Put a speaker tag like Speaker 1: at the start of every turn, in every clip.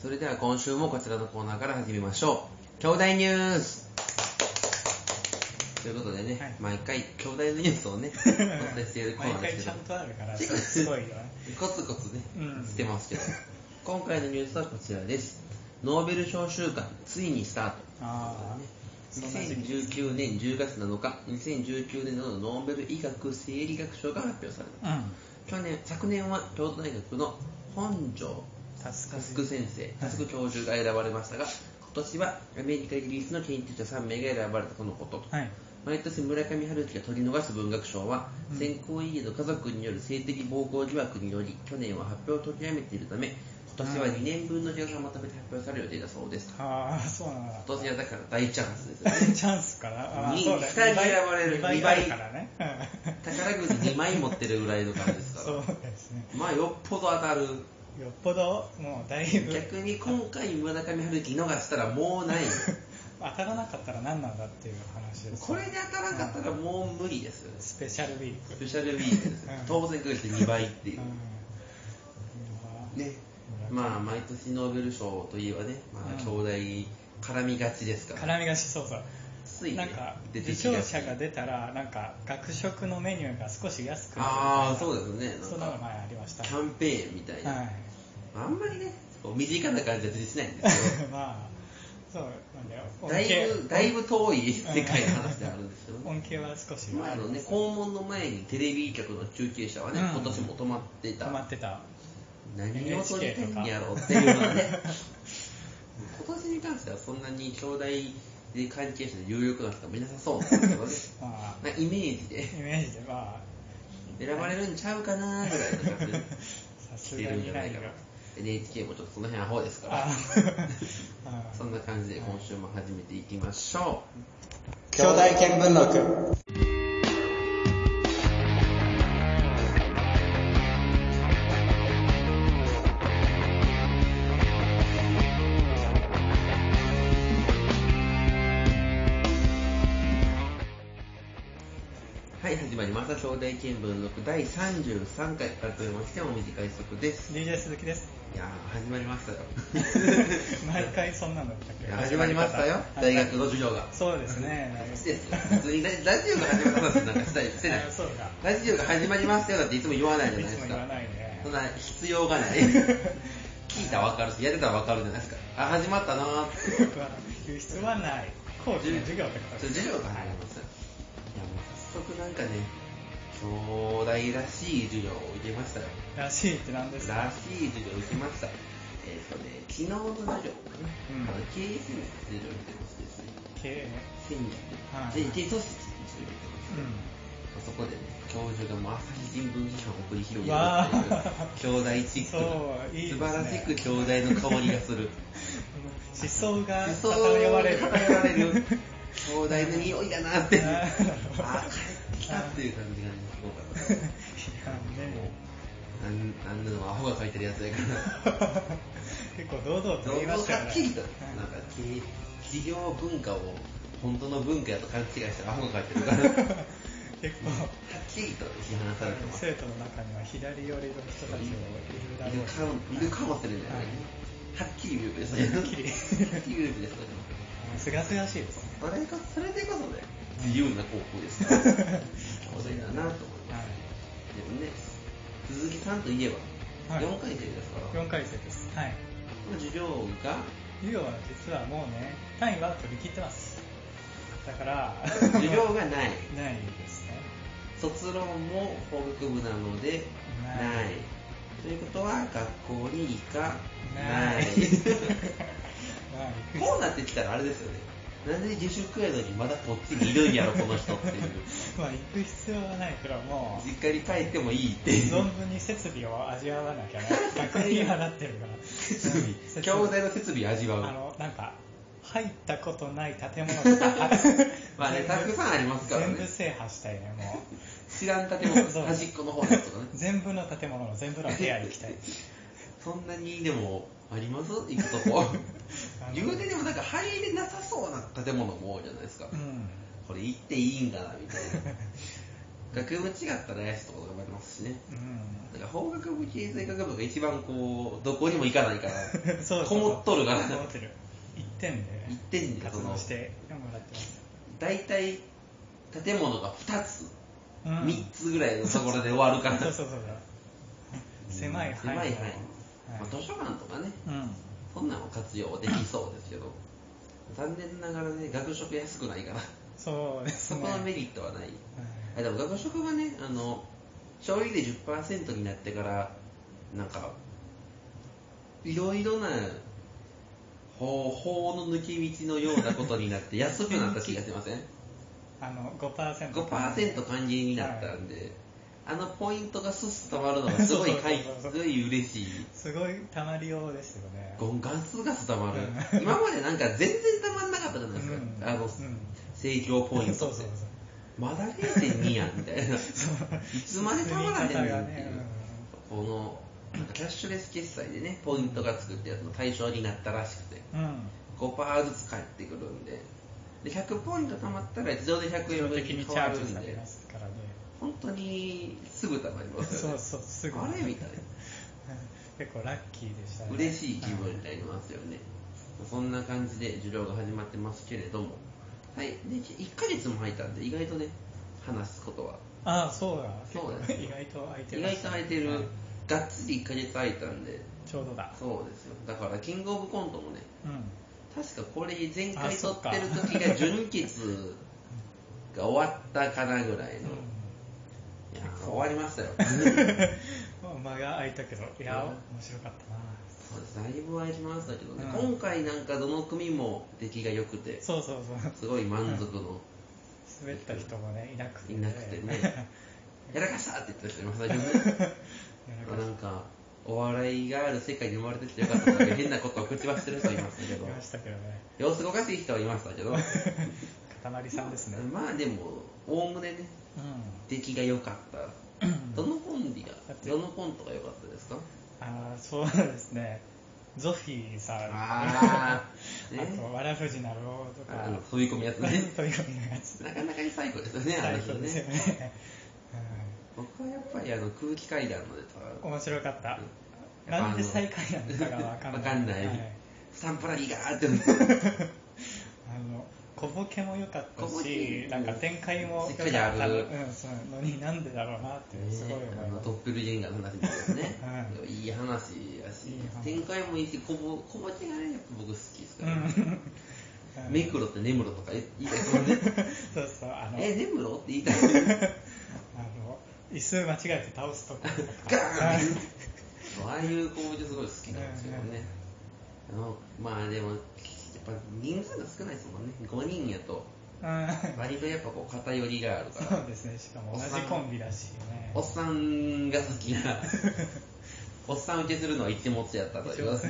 Speaker 1: それでは今週もこちらのコーナーから始めましょう。兄弟ニュースということでね、
Speaker 2: はい
Speaker 1: 毎回兄弟のニュース をね、お伝えしているコーナ
Speaker 2: 毎
Speaker 1: ーで
Speaker 2: 回
Speaker 1: す
Speaker 2: ち
Speaker 1: け
Speaker 2: ゃ
Speaker 1: ど
Speaker 2: ん、とあるから、すごいよね。
Speaker 1: コツコツね
Speaker 2: うん、
Speaker 1: してますけど、今回のニュースはこちらです。ノーベル賞週間、ついにスタート。
Speaker 2: ああ、そんな時期。
Speaker 1: 2019年10月7日、2019年のノーベル医学生理学賞が発表された。
Speaker 2: うん。
Speaker 1: 去年、昨年は京都大学の本庄
Speaker 2: タス
Speaker 1: タ
Speaker 2: ク
Speaker 1: スク先生、タスク教授が選ばれましたが、今年はアメリカ、イギリスの研究者3名が選ばれたとのこと。
Speaker 2: はい。
Speaker 1: 毎年村上春樹が取り逃す文学賞は、
Speaker 2: うん
Speaker 1: 選考委員の家族による性的暴行疑惑により、去年は発表を取りやめているため、今年は2年分の時間がまとめて発表される予定だそうです。
Speaker 2: ああ、そうなんだ。
Speaker 1: 今年はだから大チャンスですよね。
Speaker 2: チャンスから、あー
Speaker 1: に
Speaker 2: そうだ
Speaker 1: 二人選ばれる
Speaker 2: 2倍
Speaker 1: 二倍
Speaker 2: あるからね。 うん
Speaker 1: 宝くじ2枚持ってるぐらいの感じですから。
Speaker 2: そうですね。
Speaker 1: まあ、よっぽど当たる。
Speaker 2: よっぽど、もうだいぶ、
Speaker 1: 逆に今回村上春樹逃したらもうない。
Speaker 2: 当たらなかったら何なんだっていう話です。
Speaker 1: これで当たらなかったらもう無理ですよね。
Speaker 2: スペシャルウィー
Speaker 1: ス
Speaker 2: ク。
Speaker 1: ペシャルウィークですよ
Speaker 2: うん。
Speaker 1: 当選確率2倍っていうう。
Speaker 2: ん
Speaker 1: ね、まあ毎年ノーベル賞といえばね、まあ、
Speaker 2: う
Speaker 1: 兄弟絡みがちですから、
Speaker 2: 絡みがしそうそう。
Speaker 1: つい
Speaker 2: な
Speaker 1: ね
Speaker 2: んか、
Speaker 1: 出
Speaker 2: 受
Speaker 1: てきが
Speaker 2: 賞
Speaker 1: ち
Speaker 2: 者が出たら、なんか、学食のメニューが少し安くなるみたいな。
Speaker 1: ああそうですね
Speaker 2: そん
Speaker 1: な
Speaker 2: なんの
Speaker 1: か
Speaker 2: 前ありました。
Speaker 1: キ
Speaker 2: は
Speaker 1: ャンペーンみたいな、
Speaker 2: い。
Speaker 1: あんまりねこう身近な感じは全然しないんですけ
Speaker 2: まあ、そうなんだよ。
Speaker 1: どだいぶだいぶ遠い世界の話ではあるんですけどね
Speaker 2: 恩恵は少し
Speaker 1: まああのね、校門の前にテレビ局の中継車はね、
Speaker 2: うん
Speaker 1: 今年も止まって
Speaker 2: 止ま
Speaker 1: た
Speaker 2: ってた。
Speaker 1: 何を撮りたいんやろうっていうのはね 今年に関してはそんなに兄弟で関係者で有力な人もいなさそうなん ですけどね
Speaker 2: ま
Speaker 1: なイメージで
Speaker 2: あ、イメージでま
Speaker 1: 選ばれるんちゃうかなぐらいの感じで
Speaker 2: あ、さ
Speaker 1: 来
Speaker 2: す
Speaker 1: て
Speaker 2: が
Speaker 1: るんじ
Speaker 2: に
Speaker 1: ゃな
Speaker 2: ないい
Speaker 1: か
Speaker 2: よ
Speaker 1: な。NHK もちょっとその辺アホですから
Speaker 2: あ
Speaker 1: そんな感じで今週も始めていきましょ
Speaker 2: 兄弟見聞録。
Speaker 1: うはい始まりました兄弟見聞録第33回改めましてお短い速ですい
Speaker 2: DJ 鈴木です。
Speaker 1: やー始まりましたよ
Speaker 2: 毎回そんなのだったっ
Speaker 1: い
Speaker 2: け
Speaker 1: や始まりましたよ 大学の授業が
Speaker 2: そうです ね。
Speaker 1: そうですよ普通にララジオが始まった話なんかしたりしてない
Speaker 2: あそうか。
Speaker 1: ラジオが始まりましたよだっていつも言わないじゃ
Speaker 2: い
Speaker 1: ないです
Speaker 2: つも
Speaker 1: か
Speaker 2: 言わないね
Speaker 1: そ。んな必要がない聞いたらわかるしやれたらわかるじゃないですかあ始まったなーって
Speaker 2: 言う必要はない。講義の授業ってこ
Speaker 1: ちょっ
Speaker 2: と
Speaker 1: と授業が入りますいやもう早速なんかね兄弟らしい授業を受けましたよ
Speaker 2: らしいって何ですから
Speaker 1: しい授業を受けましたえっ、とね昨日の授業かな、
Speaker 2: うん
Speaker 1: あの経営戦略の授業を受けましてですね
Speaker 2: 経営。
Speaker 1: 戦略、
Speaker 2: はい
Speaker 1: で経営組織の授業を受けました、そこでね、教授がもう朝日新聞批判を繰り広げるっ
Speaker 2: わ
Speaker 1: ていう、兄弟チックな
Speaker 2: そういいです
Speaker 1: 素
Speaker 2: ね
Speaker 1: 晴らしく兄弟の香りがする。
Speaker 2: 思想が
Speaker 1: 理想を
Speaker 2: 漂われる。
Speaker 1: 漂われる兄弟の匂いだなって
Speaker 2: あ
Speaker 1: あ
Speaker 2: ー
Speaker 1: あ帰ってきたっていう感じがねすごかった ですもうあんあんなのアホが書いてるやつやから
Speaker 2: 結構堂々と
Speaker 1: どう
Speaker 2: 言いま
Speaker 1: も
Speaker 2: したよ
Speaker 1: は
Speaker 2: ね
Speaker 1: っきりとなんかき企業文化を本当の文化やと勘違いしてアホが書いてるからはっ
Speaker 2: 結
Speaker 1: きりと批判されて
Speaker 2: 構
Speaker 1: ますい
Speaker 2: 生徒の中には左寄りの人たちもいるだろ
Speaker 1: る
Speaker 2: うし
Speaker 1: かもいるかもしれないねは
Speaker 2: はい
Speaker 1: っきり言うべです
Speaker 2: はっきり
Speaker 1: はっきり言うべです
Speaker 2: あすがすがしいですね
Speaker 1: それこそれでこそね自由な高校ですから兄弟だなと思いますでもね、鈴木さんといえば、
Speaker 2: はい
Speaker 1: 4回生ですから、
Speaker 2: 4回生ですはい
Speaker 1: 授業が、
Speaker 2: 授業は実はもうね単位は取り切ってますだから
Speaker 1: 授業がない、
Speaker 2: ないですね
Speaker 1: 卒論も法学部なので、
Speaker 2: ない。
Speaker 1: ない。ということは、学校に行かない
Speaker 2: まあ行く
Speaker 1: こうなってきたらあれですよね。なんで自粛やのにまだこっちにいるんやろ、この人ってい う。
Speaker 2: まあ行く必要はないけどもう
Speaker 1: 実家に帰ってもいいって いう。
Speaker 2: 存分に設備を味わわなきゃね学費払ってるから
Speaker 1: 設備、兄弟の設備味わ
Speaker 2: あ
Speaker 1: う。
Speaker 2: のなんか入ったことない建物とか
Speaker 1: まあね、たくさんありますから
Speaker 2: 全
Speaker 1: ね
Speaker 2: 部。制覇したいねも
Speaker 1: 知らん建物、
Speaker 2: そう
Speaker 1: 端っこの方ですとかね
Speaker 2: う。全部の建物の全部の部屋行きたい
Speaker 1: そんなにでもあります行くと こ
Speaker 2: あの
Speaker 1: 言うてでもなんか入れなさそうな建物も多いじゃないですか、
Speaker 2: うん
Speaker 1: これ行っていいんだなみたいな 学部違ったらやつとか頑張りますしね。
Speaker 2: う
Speaker 1: なんか法学部経済学部が一番こう、どこにも行かないから
Speaker 2: ん、そうそう、
Speaker 1: こもっとるから、
Speaker 2: こもってる一点で
Speaker 1: 一点で
Speaker 2: 活動してもらってます
Speaker 1: 大体建物が2つ、
Speaker 2: うん
Speaker 1: 3つぐらいのところで終わるから。
Speaker 2: そうそうそうそう狭い範囲
Speaker 1: 狭い
Speaker 2: の
Speaker 1: 範囲
Speaker 2: はい
Speaker 1: まあ、図書館とかね、
Speaker 2: うん
Speaker 1: そんなのも活用できそうですけど、残念ながらね、学食安くないから、
Speaker 2: そうです
Speaker 1: そ
Speaker 2: ね
Speaker 1: このメリットはない。
Speaker 2: はい
Speaker 1: あでも学食はね、あの、消費税10%になってから、なんか、いろいろな方法の抜け道のようなことにな って安くなった気がしません
Speaker 2: あの5%
Speaker 1: ?5% 還元になったんで、あのポイントがすっすたまるのがすごい快
Speaker 2: そうそうそうそ
Speaker 1: す
Speaker 2: う
Speaker 1: ごい嬉しい。
Speaker 2: すごい溜まりようですよね
Speaker 1: ゴンガスガスたまる。
Speaker 2: うん
Speaker 1: 今までなんか全然たまんなかったじゃないですか。
Speaker 2: うん
Speaker 1: あの、
Speaker 2: うん
Speaker 1: 成長ポイントって。
Speaker 2: そうそうそう
Speaker 1: まだ0.2やんみたい な。いつまでたまらへんねん
Speaker 2: 積み方が
Speaker 1: っていう
Speaker 2: ね。
Speaker 1: この、なんかキャッシュレス決済でね、ポイントがつくってやつの対象になったらしくて、
Speaker 2: うんうん
Speaker 1: 5%ずつ返ってくるんで、で100ポイント貯まったら自動で100
Speaker 2: 自動
Speaker 1: 円分
Speaker 2: 的
Speaker 1: に
Speaker 2: にチ
Speaker 1: 変わ
Speaker 2: ャ
Speaker 1: る
Speaker 2: ージ
Speaker 1: ん
Speaker 2: され
Speaker 1: で
Speaker 2: ま、すからね
Speaker 1: 本当にすぐ貯まりますよ
Speaker 2: そう
Speaker 1: ね。
Speaker 2: そうすぐ
Speaker 1: あれみたいな。
Speaker 2: 結構ラッキーでしたね
Speaker 1: 嬉しい気分になりますよね、そんな感じで授業が始まってますけれども、はい、で1ヶ月も入ったんで、意外とね、話すことは、
Speaker 2: ああそうだ
Speaker 1: そうだ
Speaker 2: 結構意外と空いて
Speaker 1: 意
Speaker 2: ま
Speaker 1: 外
Speaker 2: し
Speaker 1: と
Speaker 2: た
Speaker 1: 空いてる、がっつり1ヶ月空いたんで、
Speaker 2: ちょうどだ
Speaker 1: そうですよ、だから、キングオブコントもね、
Speaker 2: うん
Speaker 1: 確かこれ、前
Speaker 2: あ
Speaker 1: 回撮
Speaker 2: そっか
Speaker 1: ってる時が、準決が終わったかなぐらいの、いやー、終わりま したよ。
Speaker 2: うん間が空いたけどいや面白かっ
Speaker 1: そうですだいぶ空いてましたけどね、
Speaker 2: うん
Speaker 1: 今回なんかどの組も出来が良く
Speaker 2: た
Speaker 1: て
Speaker 2: な、そうそうそう
Speaker 1: すごい満足の。
Speaker 2: 滑った人もねいなくて
Speaker 1: いなくてね やらかしたって言った人いましたけどねまあなんかお笑いがある世界に生まれてきてよかったとか変なことを口走ってる人いましたけ
Speaker 2: い
Speaker 1: ど
Speaker 2: ましたけどね
Speaker 1: 様子がおかしい人はいましたけど
Speaker 2: 塊さんですね
Speaker 1: まあでもおおむねね
Speaker 2: うん
Speaker 1: 出来が良かったどのコンビが
Speaker 2: だって
Speaker 1: どのコントが良かったですか
Speaker 2: ああそうですねゾフィーさん
Speaker 1: あーね
Speaker 2: あとわらふじなろ うと
Speaker 1: あ
Speaker 2: か
Speaker 1: の飛び込みやつ
Speaker 2: 飛び
Speaker 1: ね
Speaker 2: 込みのやつ
Speaker 1: なかなかに最高ですよねあ
Speaker 2: 最
Speaker 1: の人
Speaker 2: 高ですよ
Speaker 1: ね
Speaker 2: ね
Speaker 1: 僕はやっぱりあの空気階段のネ
Speaker 2: うん
Speaker 1: タ
Speaker 2: 面白かったなんで最下位なのかがわかんない
Speaker 1: わかんない
Speaker 2: はい
Speaker 1: スタンプラリーがーって
Speaker 2: あの小ボケも良かった
Speaker 1: 小ボ
Speaker 2: し
Speaker 1: ケ、
Speaker 2: なんか展開も
Speaker 1: しっ
Speaker 2: 良
Speaker 1: か
Speaker 2: かっ
Speaker 1: りあ
Speaker 2: た
Speaker 1: る
Speaker 2: うん、そうのになんでだろうなってすごい思い
Speaker 1: あの
Speaker 2: ます
Speaker 1: トッ。プルジェンガの話みたいなね
Speaker 2: はい
Speaker 1: い話やし
Speaker 2: いい話
Speaker 1: 展開もいいし小ぼ小ぼちがねやっぱ僕好きです
Speaker 2: う
Speaker 1: か
Speaker 2: ん
Speaker 1: ら、ね目黒って根室とか言いたいですもんね
Speaker 2: そうそう、あの、
Speaker 1: え根室って言いたいです
Speaker 2: あの椅子間違えて倒すとか。
Speaker 1: ガーンってそうああいう小ぼちすごい好きなんですけど
Speaker 2: うんうん
Speaker 1: ねあのまあでもやっぱ人数が少ないですもんね5人やと
Speaker 2: うん
Speaker 1: 割とやっぱこう偏りがあるか
Speaker 2: そ
Speaker 1: ら
Speaker 2: うですね、しかも同じコンビだしね。
Speaker 1: おっさんが好きな おっさん受けするのは一物やったと言います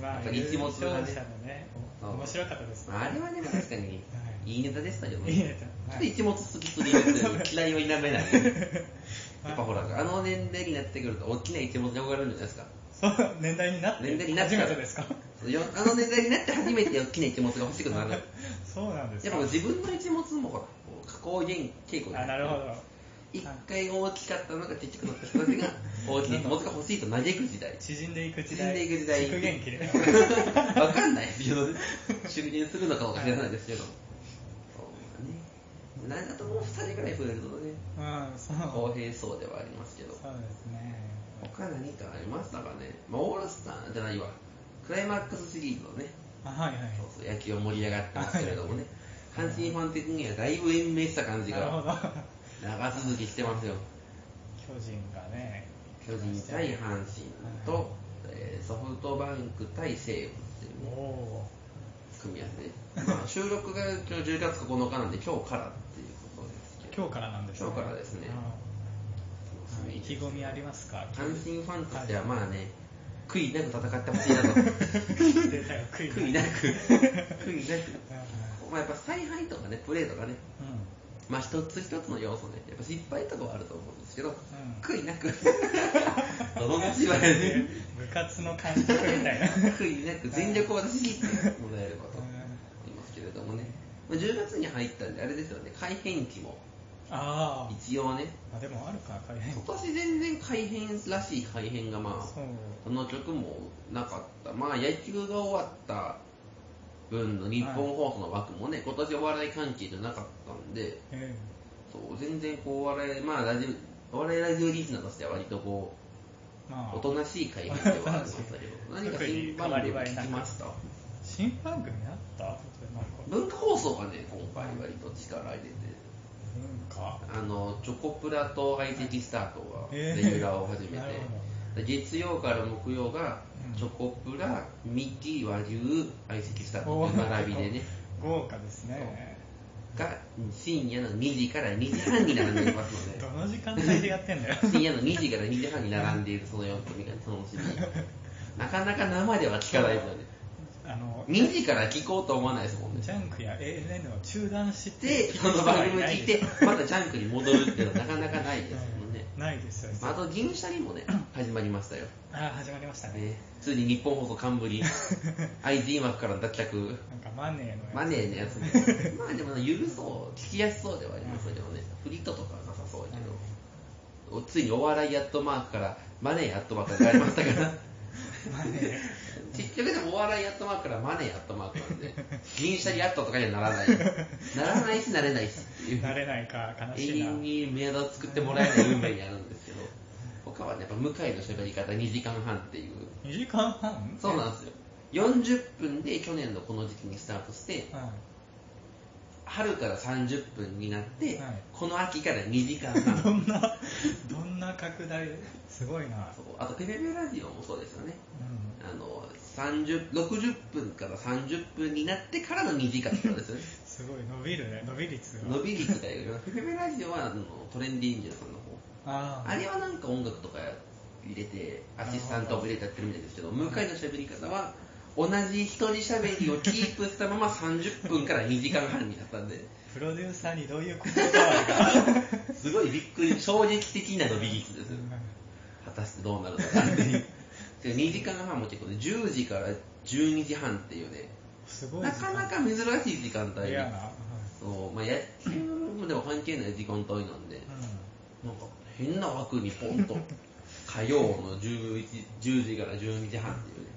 Speaker 2: ま
Speaker 1: やっ
Speaker 2: あ、
Speaker 1: ぱり一物
Speaker 2: 優
Speaker 1: がね
Speaker 2: 勝者のね、お面白かったですね。
Speaker 1: あれはでも確かにいいネタでしたけどね。
Speaker 2: いいネ
Speaker 1: ち
Speaker 2: タ
Speaker 1: ょっと一物好きすぎるという嫌いは否めない。やっぱほら、あの年齢になってくると大きな一物に憧れるんじゃないですか。
Speaker 2: そう、年代になって。
Speaker 1: 年代になって
Speaker 2: 初めてです か。
Speaker 1: よあの年代になって初めて大きな一物が欲しくな る。やっ
Speaker 2: そうなんです
Speaker 1: ぱ
Speaker 2: か。
Speaker 1: 自分の一物もほら、加工原傾向
Speaker 2: あ、なるほど。
Speaker 1: 一回大きかったのが結局の人たちが大きな一物が欲しいと嘆く時代。
Speaker 2: 縮んでいく時
Speaker 1: 縮んで
Speaker 2: 代。
Speaker 1: いく時代。
Speaker 2: 縮減期で。
Speaker 1: わかんないですけどね、縮減するのかもしれないですけど。そうだね。なんかともう2人ぐらい増えるとね、
Speaker 2: うん、そう。
Speaker 1: 公平そうではありますけど。
Speaker 2: そうですね。
Speaker 1: 他何かありましたかね。まあ、オールスターじゃないわ。クライマックスシリーズのね、
Speaker 2: あ、はいはい。
Speaker 1: そうそう野球盛り上がってますけれどもね、阪神ファン的にはだいぶ延命した感じ
Speaker 2: なるほ
Speaker 1: が
Speaker 2: ど。
Speaker 1: 長続きしてますよ。
Speaker 2: 巨人がね。
Speaker 1: 巨人対阪神
Speaker 2: はい
Speaker 1: と、えーソフトバンク対西武っていうね
Speaker 2: お。お
Speaker 1: 組み合わせね、まあ、収録が今日10月9日なんで今日からっていうことです
Speaker 2: ー。
Speaker 1: けど
Speaker 2: 今日からなんですね
Speaker 1: 今日からですね
Speaker 2: あー意気込みありま すか
Speaker 1: 阪神ファンとしてはまあね悔いなく戦ってほしいなと
Speaker 2: データが食い
Speaker 1: 悔いなく悔いなく
Speaker 2: うん
Speaker 1: まあやっぱ采配とかねプレーとかね
Speaker 2: うん
Speaker 1: まあ一つ一つの要素ねやっぱ失敗とかはあると思うんですけど、悔いなくどの立場やねん
Speaker 2: 部活の監督みたいな。
Speaker 1: 悔いなく全力を出し切ってもらえればと
Speaker 2: うん
Speaker 1: 思いますけれどもねまあ10月に入ったんであれですよね改変期も
Speaker 2: あー
Speaker 1: 一応ね
Speaker 2: まあでもあるか改変
Speaker 1: 今年全然改変らしい改変がまあ
Speaker 2: そう
Speaker 1: その曲もなかったまあ野球が終わった分の日本放送の枠もね、今年お笑い関係じゃなかったんで
Speaker 2: え
Speaker 1: そう全然こうお笑いまあラジオお笑いラジオリスナーとしては割とこ
Speaker 2: えま
Speaker 1: うお
Speaker 2: あ
Speaker 1: となしい改変ではありましたけど何か新番組聞きま した
Speaker 2: 新番組あったなんか
Speaker 1: 文化放送がね今回割と力入れて
Speaker 2: 文化
Speaker 1: あのチョコプラと相席スタートが
Speaker 2: え
Speaker 1: レ
Speaker 2: え
Speaker 1: ギュラーを始めて、
Speaker 2: なる
Speaker 1: で月曜から木曜が
Speaker 2: うん
Speaker 1: チョコプラ、ミッキー、和牛、相席スタート
Speaker 2: お
Speaker 1: の
Speaker 2: ー
Speaker 1: 並びでね、
Speaker 2: 豪華ですね
Speaker 1: が深夜の2時から2時半に並んでいますので
Speaker 2: ど、 の時間帯でやって んだよ
Speaker 1: 深夜の2時から2時半に並んでいるその4組が楽しみ。なかなか生では聞かないですよね。
Speaker 2: あの
Speaker 1: 2時から聞こうと思わないですもんね
Speaker 2: ジ。ャンクや ANN を中断して
Speaker 1: で、その番組聞いて、またジャンクに戻るっていうのはなかなかないです もんね。
Speaker 2: うんないですよ、
Speaker 1: まああと、銀シャリもね、始まりましたよ。
Speaker 2: あー始まりましたね
Speaker 1: ね、ついに日本放送 冠、IZ 幕からの脱却。
Speaker 2: なんかマネーのやつ
Speaker 1: マネーのやつも、 まあでも緩そう、聞きやすそうではありますけどね、フリットとかはなさそうだけど、おついにお笑いやっとマークから、マネーやっとマークになりました から、
Speaker 2: マネー
Speaker 1: ちっちゃくでもお笑いやっとマークからマネーやっとマークなんで、 銀シャリやっととかにはならない、ならないし、なれないしっていう、
Speaker 2: 慣れないか悲
Speaker 1: 永
Speaker 2: しいな
Speaker 1: 遠にメアドを作ってもらえない運命になるんですけど、他はね、やっぱ向井の喋り方2時間半っていう、
Speaker 2: 2時間半
Speaker 1: そうなんですよ。40分で去年のこの時期にスタートして、
Speaker 2: はい
Speaker 1: 春から30分になって、
Speaker 2: はい
Speaker 1: この秋から2時間
Speaker 2: ど
Speaker 1: 半
Speaker 2: んなどんな拡大すごいな
Speaker 1: そうあとテレビラジオもそうですよね
Speaker 2: うん
Speaker 1: あの30 60分から30分になってからの2時間ってこと ですよね
Speaker 2: すごい伸びるね伸び率が
Speaker 1: 伸び率がいるテレビラジオはあのトレンディーンジュさんの方
Speaker 2: あ
Speaker 1: あれはなんか音楽とか入れてアシスタントを入れてやってるみたいですけど向井の喋り方は同じ一人喋りをキープしたまま30分から2時間半になったんで
Speaker 2: プロデューサーにどういうこと があるか
Speaker 1: すごいびっくり衝撃的な伸び率ですよ果たしてどうなる のかなっていうで2時間半も結構で10時から12時半っていうね
Speaker 2: すごい
Speaker 1: な
Speaker 2: 時間
Speaker 1: かなか珍しい時間帯
Speaker 2: 嫌
Speaker 1: で
Speaker 2: な、は
Speaker 1: そう、まあ、野球でも関係ない時間帯なんで
Speaker 2: いうん
Speaker 1: なんか変な枠にポン と火曜の11 10時から12時半っていうね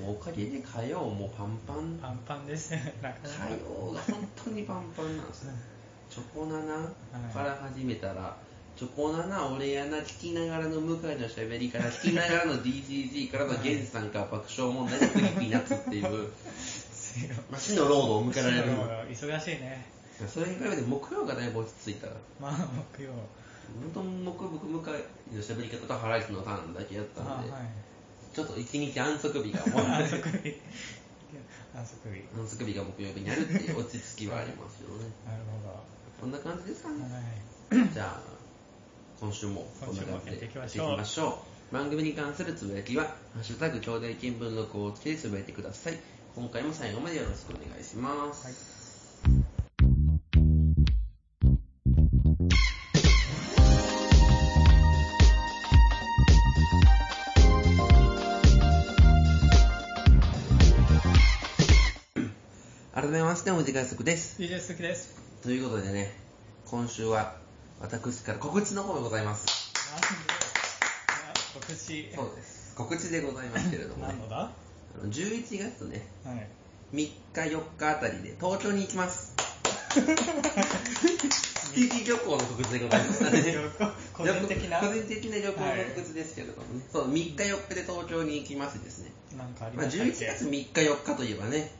Speaker 1: もうおかげで火曜もパンパン
Speaker 2: パンパンです ねなかなか
Speaker 1: 火曜が本当にパンパンなんですねチョコナナから始めたら、チョコナナ、俺やな、聞きながらの向井の喋りから、聞きながらの DGG からのゲンさんから爆笑問題の次ピーナッツっていう、
Speaker 2: 強い
Speaker 1: まあ、死のロードを迎えられる。
Speaker 2: 忙しいね
Speaker 1: それに比べて木曜がだいぶ落ち着いたら、
Speaker 2: まあ木曜
Speaker 1: 本当に僕、僕、向井の喋り方とハライチのターンだけやった
Speaker 2: あ
Speaker 1: んで、
Speaker 2: はい
Speaker 1: ちょっと一日安息 日がもう、
Speaker 2: 安
Speaker 1: 安
Speaker 2: 息日安息日
Speaker 1: 息日が木曜日になるっていう落ち着きはありますよね。
Speaker 2: なる
Speaker 1: こんな感じですか
Speaker 2: ほ
Speaker 1: ね
Speaker 2: ど。はい
Speaker 1: じゃあ、今週もこんな感じで
Speaker 2: 今週もやっていきましょう
Speaker 1: やっていきう番組に関するつぶやきは、ハッシュタグ兄弟見聞録をつけてつぶやいてください。今回も最後までよろしくお願いします。
Speaker 2: はい
Speaker 1: 改めまして、お時間足です。
Speaker 2: DJ 鈴木です
Speaker 1: ということでね、今週は私から告知の方でございます。
Speaker 2: なんであ告知
Speaker 1: そうです。告知でございますけれども、ね
Speaker 2: 何、のだは
Speaker 1: あの11月ね、 3
Speaker 2: い
Speaker 1: 日4日あたりで東京に行きます。月々旅行の告知でございますね。
Speaker 2: 個人的な
Speaker 1: 個人的な旅行の告知ですけれどもね、そう3日4日で東京に行きますですね、
Speaker 2: なんかあり
Speaker 1: まあ、
Speaker 2: ましたっ
Speaker 1: 11
Speaker 2: け
Speaker 1: 月3日4日といえばね、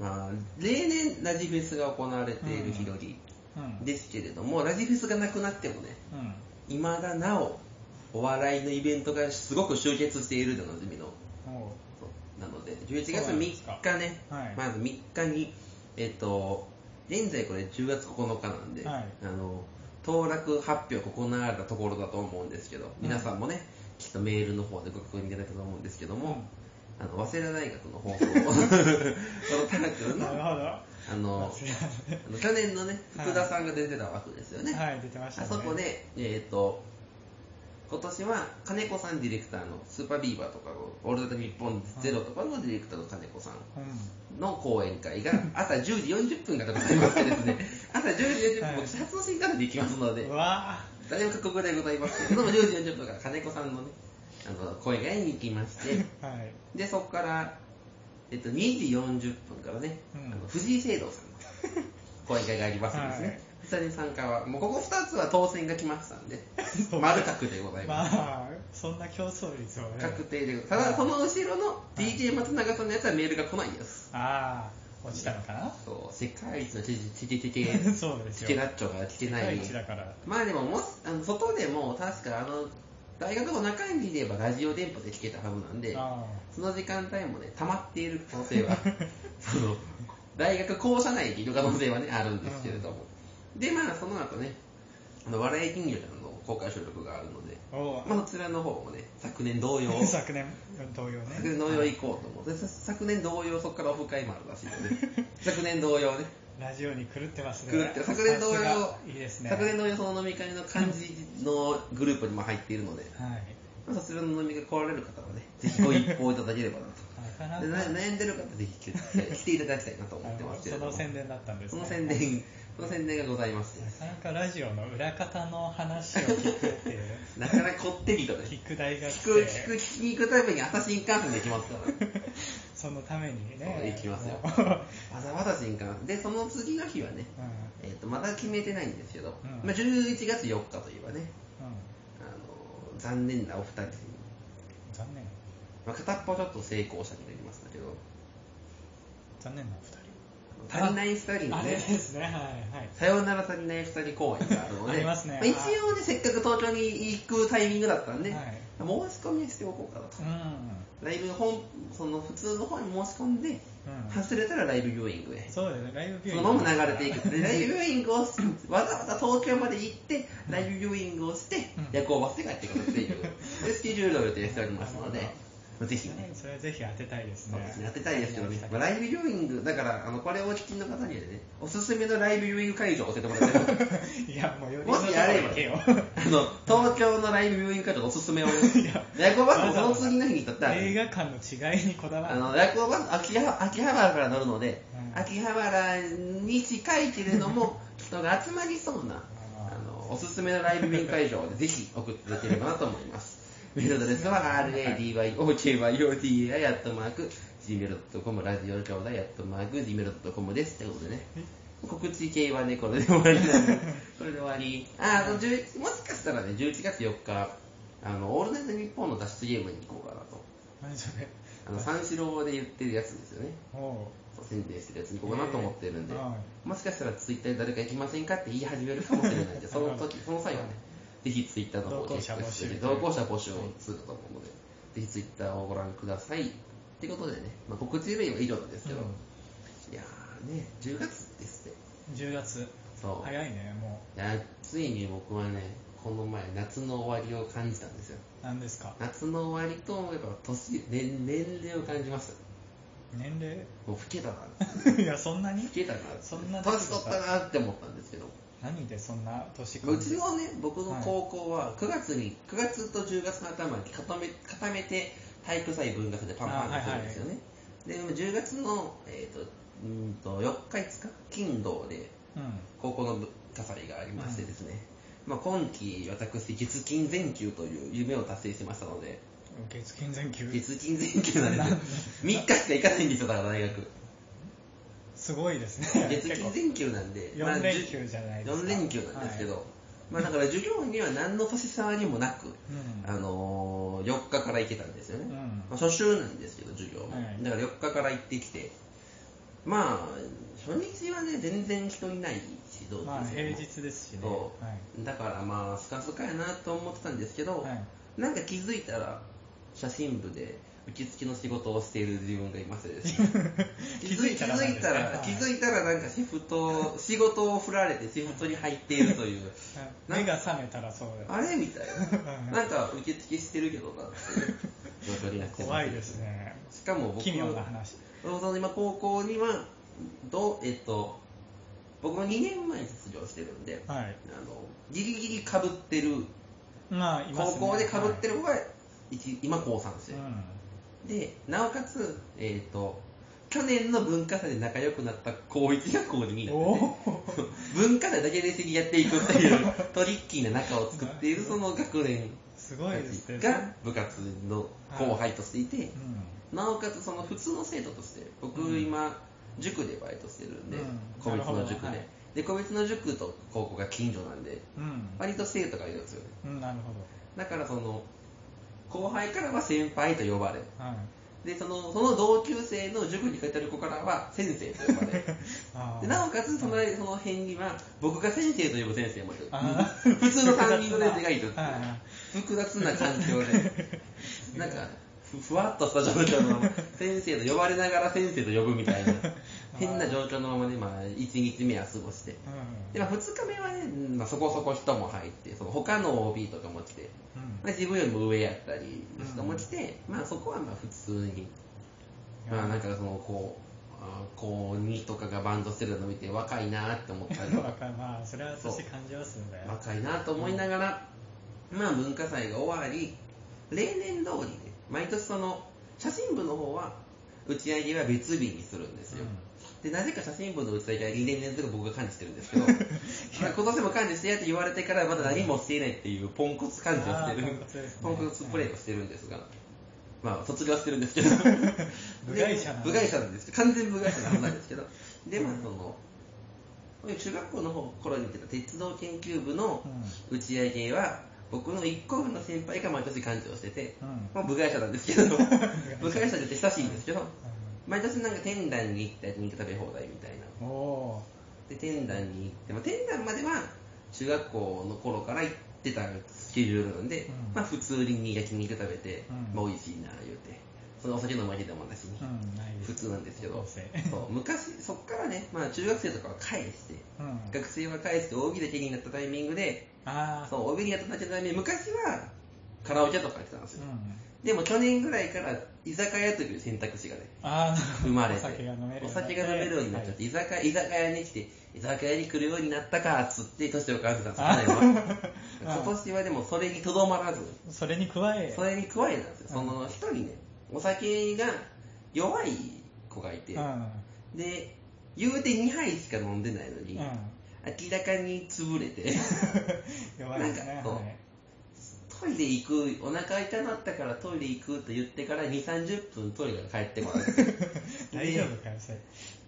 Speaker 1: まあ、例年ラジフェスが行われている日取り
Speaker 2: うん
Speaker 1: ですけれども、ラジフェスがなくなってもね
Speaker 2: うん
Speaker 1: 未だなおお笑いのイベントがすごく集結しているでおなじみの
Speaker 2: も
Speaker 1: そうなので11月3日ね、
Speaker 2: そうなんですか
Speaker 1: まず3日にえっと現在これ10月9日なんで、
Speaker 2: はい
Speaker 1: あの当落発表行われたところだと思うんですけど皆さんもね、きっとメールの方でご確認いただいたと思うんですけども、あの早稲田大学の 放送このタラク
Speaker 2: う
Speaker 1: ルの
Speaker 2: なる
Speaker 1: あ
Speaker 2: ほど
Speaker 1: の
Speaker 2: 忘れた
Speaker 1: あの去年のね
Speaker 2: はい
Speaker 1: 福田さんが出てた枠ですよね、
Speaker 2: はい出てました
Speaker 1: あ
Speaker 2: ね
Speaker 1: そこで、えっ、と、今年は金子さんディレクターのスーパービーバーとかオールナイトニッポンゼロとかのディレクターの金子さん
Speaker 2: うん
Speaker 1: の講演会が朝10時40分からございましてですね、朝10時40分、僕、始発の新幹線で行きますので
Speaker 2: う、わ
Speaker 1: 大変過酷でございますけれども、10時40分から金子さんのね、あの、講演会に行きまして、
Speaker 2: ーはい
Speaker 1: で、そこから、えっと、2時40分からね、
Speaker 2: うん
Speaker 1: あの藤井聖堂さん の講演会がありますのでですね、
Speaker 2: はい
Speaker 1: それに参加は、もうここ2つは当選が来ましたんで、丸確でございます。
Speaker 2: まあそんな競争率をね
Speaker 1: 確定でございます。ただ、その後ろの DJ 松永さんのやつはメールが来ないです。
Speaker 2: ああ落ちたのかな
Speaker 1: そう、世界一のチチチチチ
Speaker 2: そうです
Speaker 1: チ
Speaker 2: よ
Speaker 1: ケラッチョが来てな
Speaker 2: 第
Speaker 1: い。
Speaker 2: 一だから
Speaker 1: まあでももしあの外でも確かあの大学の中にいればラジオ電波で聞けたはずなんで、
Speaker 2: あ
Speaker 1: その時間帯もね溜まっている可能 性はその大学校舎内にいる可能性はねあるんですけれども、でまあその後ねあの笑い金魚ちゃんの公開収録があるので、
Speaker 2: あお
Speaker 1: まあ、そちらの方もね昨年同様
Speaker 2: 昨年同様
Speaker 1: 昨
Speaker 2: ね
Speaker 1: 年同様行こうと思うでさ昨年同様そこからオフ会もあるらしいので 昨年同様ね
Speaker 2: ラジオに狂ってますね
Speaker 1: 狂って昨年同様
Speaker 2: さすがいいですね
Speaker 1: 昨年同様その飲み会の感じのグループにも入っているので
Speaker 2: はい
Speaker 1: まあそちらの飲み会来られる方はねぜひご一報いただければな
Speaker 2: なかな
Speaker 1: とで
Speaker 2: か
Speaker 1: な悩んでる方ぜひ来ていただきたいなと思ってますけれ
Speaker 2: そ
Speaker 1: ども
Speaker 2: の宣伝だったんです
Speaker 1: そ
Speaker 2: ね
Speaker 1: の宣伝その宣伝がございまして
Speaker 2: なかなかラジオの裏方の話を聞くっていう
Speaker 1: なかなかこってりとね
Speaker 2: 聞く大学
Speaker 1: 聞
Speaker 2: 生
Speaker 1: く聞く聞きに行くために朝新幹線で行きますからね
Speaker 2: そのために
Speaker 1: そう
Speaker 2: ね
Speaker 1: 行きますよ
Speaker 2: も
Speaker 1: わざわざ新幹線でその次の日はね、
Speaker 2: ううん
Speaker 1: えー、とまだ決めてないんですけど、
Speaker 2: うん
Speaker 1: まあ、11月4日といえばね
Speaker 2: うん
Speaker 1: あの残念なお二人に、
Speaker 2: 残念
Speaker 1: まあ、片っぽちょっと成功者になりましたけど
Speaker 2: 残念なお二人
Speaker 1: 足りない二人
Speaker 2: あ
Speaker 1: の
Speaker 2: あれで
Speaker 1: ね
Speaker 2: すねはいはい
Speaker 1: さようなら足りない二人公演があるので
Speaker 2: ありますね
Speaker 1: あ一応ねせっかく東京に行くタイミングだったんで、
Speaker 2: はい
Speaker 1: 申し込みはしておこうかなと
Speaker 2: う
Speaker 1: ライブ本その普通の方に申し込んで、
Speaker 2: うん
Speaker 1: 外れたらライブビューイングへ
Speaker 2: んそうですねライブビュ
Speaker 1: そ
Speaker 2: ーイン
Speaker 1: の
Speaker 2: グ
Speaker 1: まま流れていくでライブビューイングをしわざわざ東京まで行ってライブビューイングをして
Speaker 2: うん
Speaker 1: 夜行バスで帰ってくるっていう でスケジュールを予定しておりますので
Speaker 2: なる
Speaker 1: ぜひね
Speaker 2: それはぜひ当てたいです
Speaker 1: そう
Speaker 2: ね
Speaker 1: ですね、当てたいですけどね、まあ、ライブビューイング、だから、あの、これをお聞きの方にはね、おすすめのライブビューイング会場を教えてもらって、
Speaker 2: いやもうより
Speaker 1: もしやれば
Speaker 2: 行けよ
Speaker 1: あの、東京のライブビューイング会場のおすすめをね
Speaker 2: いや、
Speaker 1: 夜行バスもその次の日にとったら、
Speaker 2: 映画館の違いにこだわ
Speaker 1: あ
Speaker 2: る
Speaker 1: の、夜行バス、秋葉秋葉原から乗るので、
Speaker 2: うん
Speaker 1: 秋葉原に近いけれど も、人が集まりそうな、
Speaker 2: ー
Speaker 1: あの、おすすめのライブビューイング会場をねぜひ送っていただければなと思い ます。メールアドレスは radyokyota やっとマーク gmail.com ラジオ兄弟やっとマーク gmail.com ですってことでね告知系はねこれで終わりなん でこれで終わりああの11もしかしたらね11月4日あのオールナイトニッポンの脱出ゲームに行こうかなと
Speaker 2: 何それ
Speaker 1: あの三四郎で言ってるやつですよね
Speaker 2: も
Speaker 1: 宣伝してるやつに行こうかなと思ってるんで、
Speaker 2: えーはい
Speaker 1: もしかしたらツイッターで誰か行きませんかって言い始めるかもしれないんでその時その際はねぜひツイッターの方をチェックしてみて同
Speaker 2: 同
Speaker 1: 行
Speaker 2: 行
Speaker 1: 者
Speaker 2: 者
Speaker 1: 募
Speaker 2: 募
Speaker 1: 集
Speaker 2: 集
Speaker 1: をすると思うのでぜひツイッターをご覧くださいってことでね、まあ、告知類は以上なんですけど、
Speaker 2: うん
Speaker 1: いやーね10月ですね
Speaker 2: う10月
Speaker 1: そう
Speaker 2: 早いねも
Speaker 1: いやついに僕はねこの前夏の終わりを感じたんですよ
Speaker 2: う何ですか
Speaker 1: 夏の終わりと思えば年年年齢を感じました
Speaker 2: 年齢
Speaker 1: もう老けたな
Speaker 2: いやそんなに
Speaker 1: 老けたな
Speaker 2: そんな
Speaker 1: 年取ったなって思ったんですけど
Speaker 2: 何でそんな年
Speaker 1: う
Speaker 2: 感
Speaker 1: ち
Speaker 2: じ
Speaker 1: のね僕の高校は9月に9月と10月の頭に固め固めて体育祭文学でパンパンにするんですよね、で10月の、えー、とうーんと4日5日金土で
Speaker 2: うん
Speaker 1: 高校の部課祭がありましてですね、まあ、今期私月金全休という夢を達成しましたので
Speaker 2: 月金全休
Speaker 1: 月金全休 なんですよ3日しか行かないんですよだから大学
Speaker 2: すごいですね
Speaker 1: 月 金全休なんでまあ
Speaker 2: 4連休じゃないですか
Speaker 1: 4連休なんですけど、まあだから授業には何の年差にもなく、
Speaker 2: うん
Speaker 1: あのー、4日から行けたんですよね、
Speaker 2: うん
Speaker 1: まあ、初週なんですけど授業も、
Speaker 2: はい
Speaker 1: だから4日から行ってきてまあ初日はね全然人いないしどう
Speaker 2: まあ
Speaker 1: ですよ
Speaker 2: 平
Speaker 1: ね
Speaker 2: 日ですしね
Speaker 1: そ
Speaker 2: はいう
Speaker 1: だからまあスカスカやなと思ってたんですけど、
Speaker 2: はい
Speaker 1: なんか気づいたら写真部で受付の仕事をしている自分がいましてです ね気づい気
Speaker 2: な
Speaker 1: づ
Speaker 2: んで
Speaker 1: い
Speaker 2: す
Speaker 1: た
Speaker 2: ね
Speaker 1: ら
Speaker 2: はい
Speaker 1: 気づいたらなんかシフト仕事を振られてシフトに入っているという
Speaker 2: はい目が覚めたらそう だ
Speaker 1: あれみたい ななんか受付してるけどなっていう状況になってます
Speaker 2: 怖いですね
Speaker 1: しかも僕
Speaker 2: 奇妙な話
Speaker 1: その今高校にはどうえっと僕も2年前に卒業してるんで、
Speaker 2: はい
Speaker 1: あのギリギリかぶってる
Speaker 2: まあいますね
Speaker 1: 高校でかぶってる子が一今高3です
Speaker 2: う
Speaker 1: よ、
Speaker 2: ん
Speaker 1: でなおかつ、えー、と去年の文化祭で仲良くなった高1が高2になって
Speaker 2: お
Speaker 1: て
Speaker 2: ー
Speaker 1: 文化祭だけで競り合っていくっていうトリッキーな仲を作っているその学年
Speaker 2: す
Speaker 1: た
Speaker 2: ごいですね
Speaker 1: ちが部活の後輩としていて、
Speaker 2: うん
Speaker 1: なおかつその普通の生徒として僕
Speaker 2: うん
Speaker 1: 今塾でバイトしてるんで、
Speaker 2: うん
Speaker 1: 個別の塾で、
Speaker 2: なるほどはい
Speaker 1: で個別の塾と高校が近所なんで
Speaker 2: うん
Speaker 1: 割と生徒がいるんですよね
Speaker 2: うんなるほ
Speaker 1: だからその後輩からは先輩と呼ばれ
Speaker 2: どはい
Speaker 1: でそのその同級生の塾に通ってる子からは先生と呼ばれ
Speaker 2: あー
Speaker 1: でなおかつ隣その辺には僕が先生と呼ぶ先生もいる
Speaker 2: あー
Speaker 1: 普通の担任の先生がいるって
Speaker 2: はいはい
Speaker 1: いう複雑な環境でなんかふふわっとした状況のまま先生と呼ばれながら先生と呼ぶみた いな変な状況のままね、まあ、1日目は過ごして
Speaker 2: うん
Speaker 1: で、まあ、2日目はね、うんまあ、そこそこ人も入ってその他の OB とかも来て
Speaker 2: うん
Speaker 1: まあ自分よりも上やったりの人も来て、まあそこはまあ普通に、まあなんかそのこう、あーこう2とかがバンドしてるの見て若いなーって思ったりと
Speaker 2: わ
Speaker 1: か、
Speaker 2: かるまあそれは私感じますんだよ
Speaker 1: 若いなと思いながら、まあ文化祭が終わり、例年通りね、毎年その写真部の方は打ち上げは別日にするんですよ。でなぜか写真部の打ち上げは2年連続僕が管理してるんです けどまあ今年も管理してやって言われてからまだ何もしていないっていうポンコツ管理をしてる
Speaker 2: あーポンコツですね
Speaker 1: ポンコツプレーをしてるんですが、まあ卒業してるんですけど
Speaker 2: 部外者なんだ
Speaker 1: で部外者なんですけど完全部外者なはずなんですけどでまあその中学校の方頃に行ってた鉄道研究部の打ち上げは僕の1個上の先輩が毎年管理をしてて、
Speaker 2: うん
Speaker 1: まあ、部外者なんですけ ど部外者で親しいんですけど、毎年なんか天壇に行って焼肉食べ放題みたいな
Speaker 2: うんおお
Speaker 1: で天壇に行って、まあ、天壇までは中学校の頃から行ってたスケジュールなんで、
Speaker 2: うん
Speaker 1: まあ普通に焼肉食べて、
Speaker 2: うん
Speaker 1: まあ美味しいな言うてそのお酒飲むわけでもなしに、
Speaker 2: ーうんないです
Speaker 1: 普通なんですけど
Speaker 2: 高校
Speaker 1: そ
Speaker 2: 生
Speaker 1: う昔そっからね、まあ、中学生とかは返して
Speaker 2: うん
Speaker 1: 学生は返して OB だけになったタイミングで
Speaker 2: ああ
Speaker 1: そう OB になったタイミング昔はカラオケとかやってたんですよ、
Speaker 2: ん
Speaker 1: でも去年ぐらいから居酒屋という選択肢がね
Speaker 2: ああ
Speaker 1: 生まれて
Speaker 2: お酒が飲めるようにな
Speaker 1: お
Speaker 2: って
Speaker 1: 酒が飲めるようになっちゃって、居酒屋居酒屋に来て居酒屋に来るようになったかっつって年を感じたんです
Speaker 2: あ
Speaker 1: 彼は
Speaker 2: あ
Speaker 1: 今年はでもそれにとどまらず
Speaker 2: それに加え
Speaker 1: それに加えなんですよその一人ねお酒が弱い子がいて
Speaker 2: うん
Speaker 1: で言うて2杯しか飲んでないの
Speaker 2: うん
Speaker 1: に明らかに潰れて
Speaker 2: 弱いです
Speaker 1: なん
Speaker 2: ね
Speaker 1: かこう
Speaker 2: はい
Speaker 1: トイレ行くお腹痛なったからトイレ行くと言ってから2 3 0分トイレから帰ってもらう
Speaker 2: 大丈夫かよそれ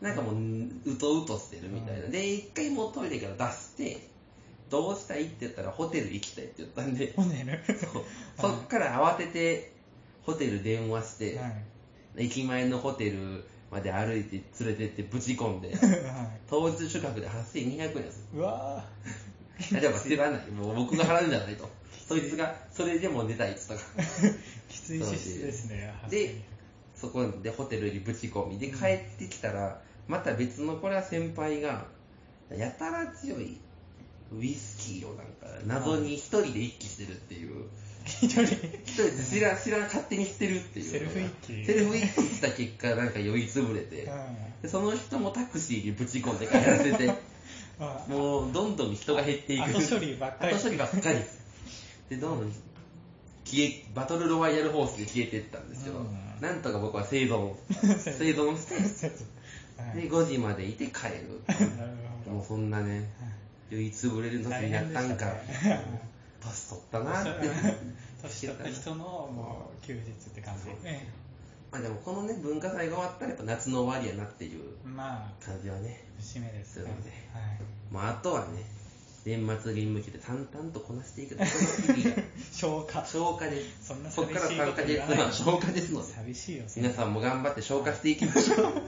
Speaker 1: なんかもう、うとうとしてるみたいな。で、一回もうトイレから出して、どうしたいって言ったら、ホテル行きたいって言ったんで、
Speaker 2: ホネル
Speaker 1: そうそっから慌てて、ホテル電話して、
Speaker 2: はい
Speaker 1: 駅前のホテルまで歩いて連れてってぶち込んで、
Speaker 2: は
Speaker 1: 当日宿泊で8200円です。
Speaker 2: いうわ
Speaker 1: いやでも知らない。もう僕が払うんじゃないと。そいつが、それでも寝たいっつったから。
Speaker 2: ーきつい支出ですね
Speaker 1: で、そこでホテルにぶち込み、で、帰ってきたら、また別の、これは先輩が、やたら強いウイスキーをなんか、謎に一人で一気してるっていう、
Speaker 2: 一人
Speaker 1: 一人で知 らん、知らん、勝手にしてるっていう。
Speaker 2: セルフ一気
Speaker 1: セルフ一気した結果、なんか酔いつぶれて、
Speaker 2: うん
Speaker 1: でその人もタクシーにぶち込んで帰らせ て、
Speaker 2: あ
Speaker 1: もうどんどん人が減っていく。
Speaker 2: 後処理ばっかり
Speaker 1: 後処理ばっかりです。で、どんどん消え、バトルロワイヤルホースで消えていったんですけど、
Speaker 2: うん
Speaker 1: なんとか僕は生 存、生存して、
Speaker 2: はい
Speaker 1: で、5時までいて帰
Speaker 2: なるほ
Speaker 1: る。
Speaker 2: ど
Speaker 1: もうそんなね、唯一ぶれる年になったんか
Speaker 2: 大変でしたね、
Speaker 1: 年取ったなって。
Speaker 2: 年取った人のもう休日って感じ
Speaker 1: そう
Speaker 2: え
Speaker 1: まあでもこのね、文化祭が終わったらやっぱ夏の終わりやなっていう
Speaker 2: えまあ
Speaker 1: 感じはね、
Speaker 2: 節目です
Speaker 1: そ
Speaker 2: ね
Speaker 1: うね
Speaker 2: はい
Speaker 1: もうあとはね、年末に向けて淡々とこなしていくだけの日々が。
Speaker 2: 消化
Speaker 1: 消化です。
Speaker 2: そんな
Speaker 1: こっ
Speaker 2: 寂
Speaker 1: から
Speaker 2: しいこ
Speaker 1: 3ヶ
Speaker 2: と
Speaker 1: 月
Speaker 2: 言わない
Speaker 1: は消化ですので、
Speaker 2: 寂しいよそれ
Speaker 1: 皆さんも頑張って消化していきましょう。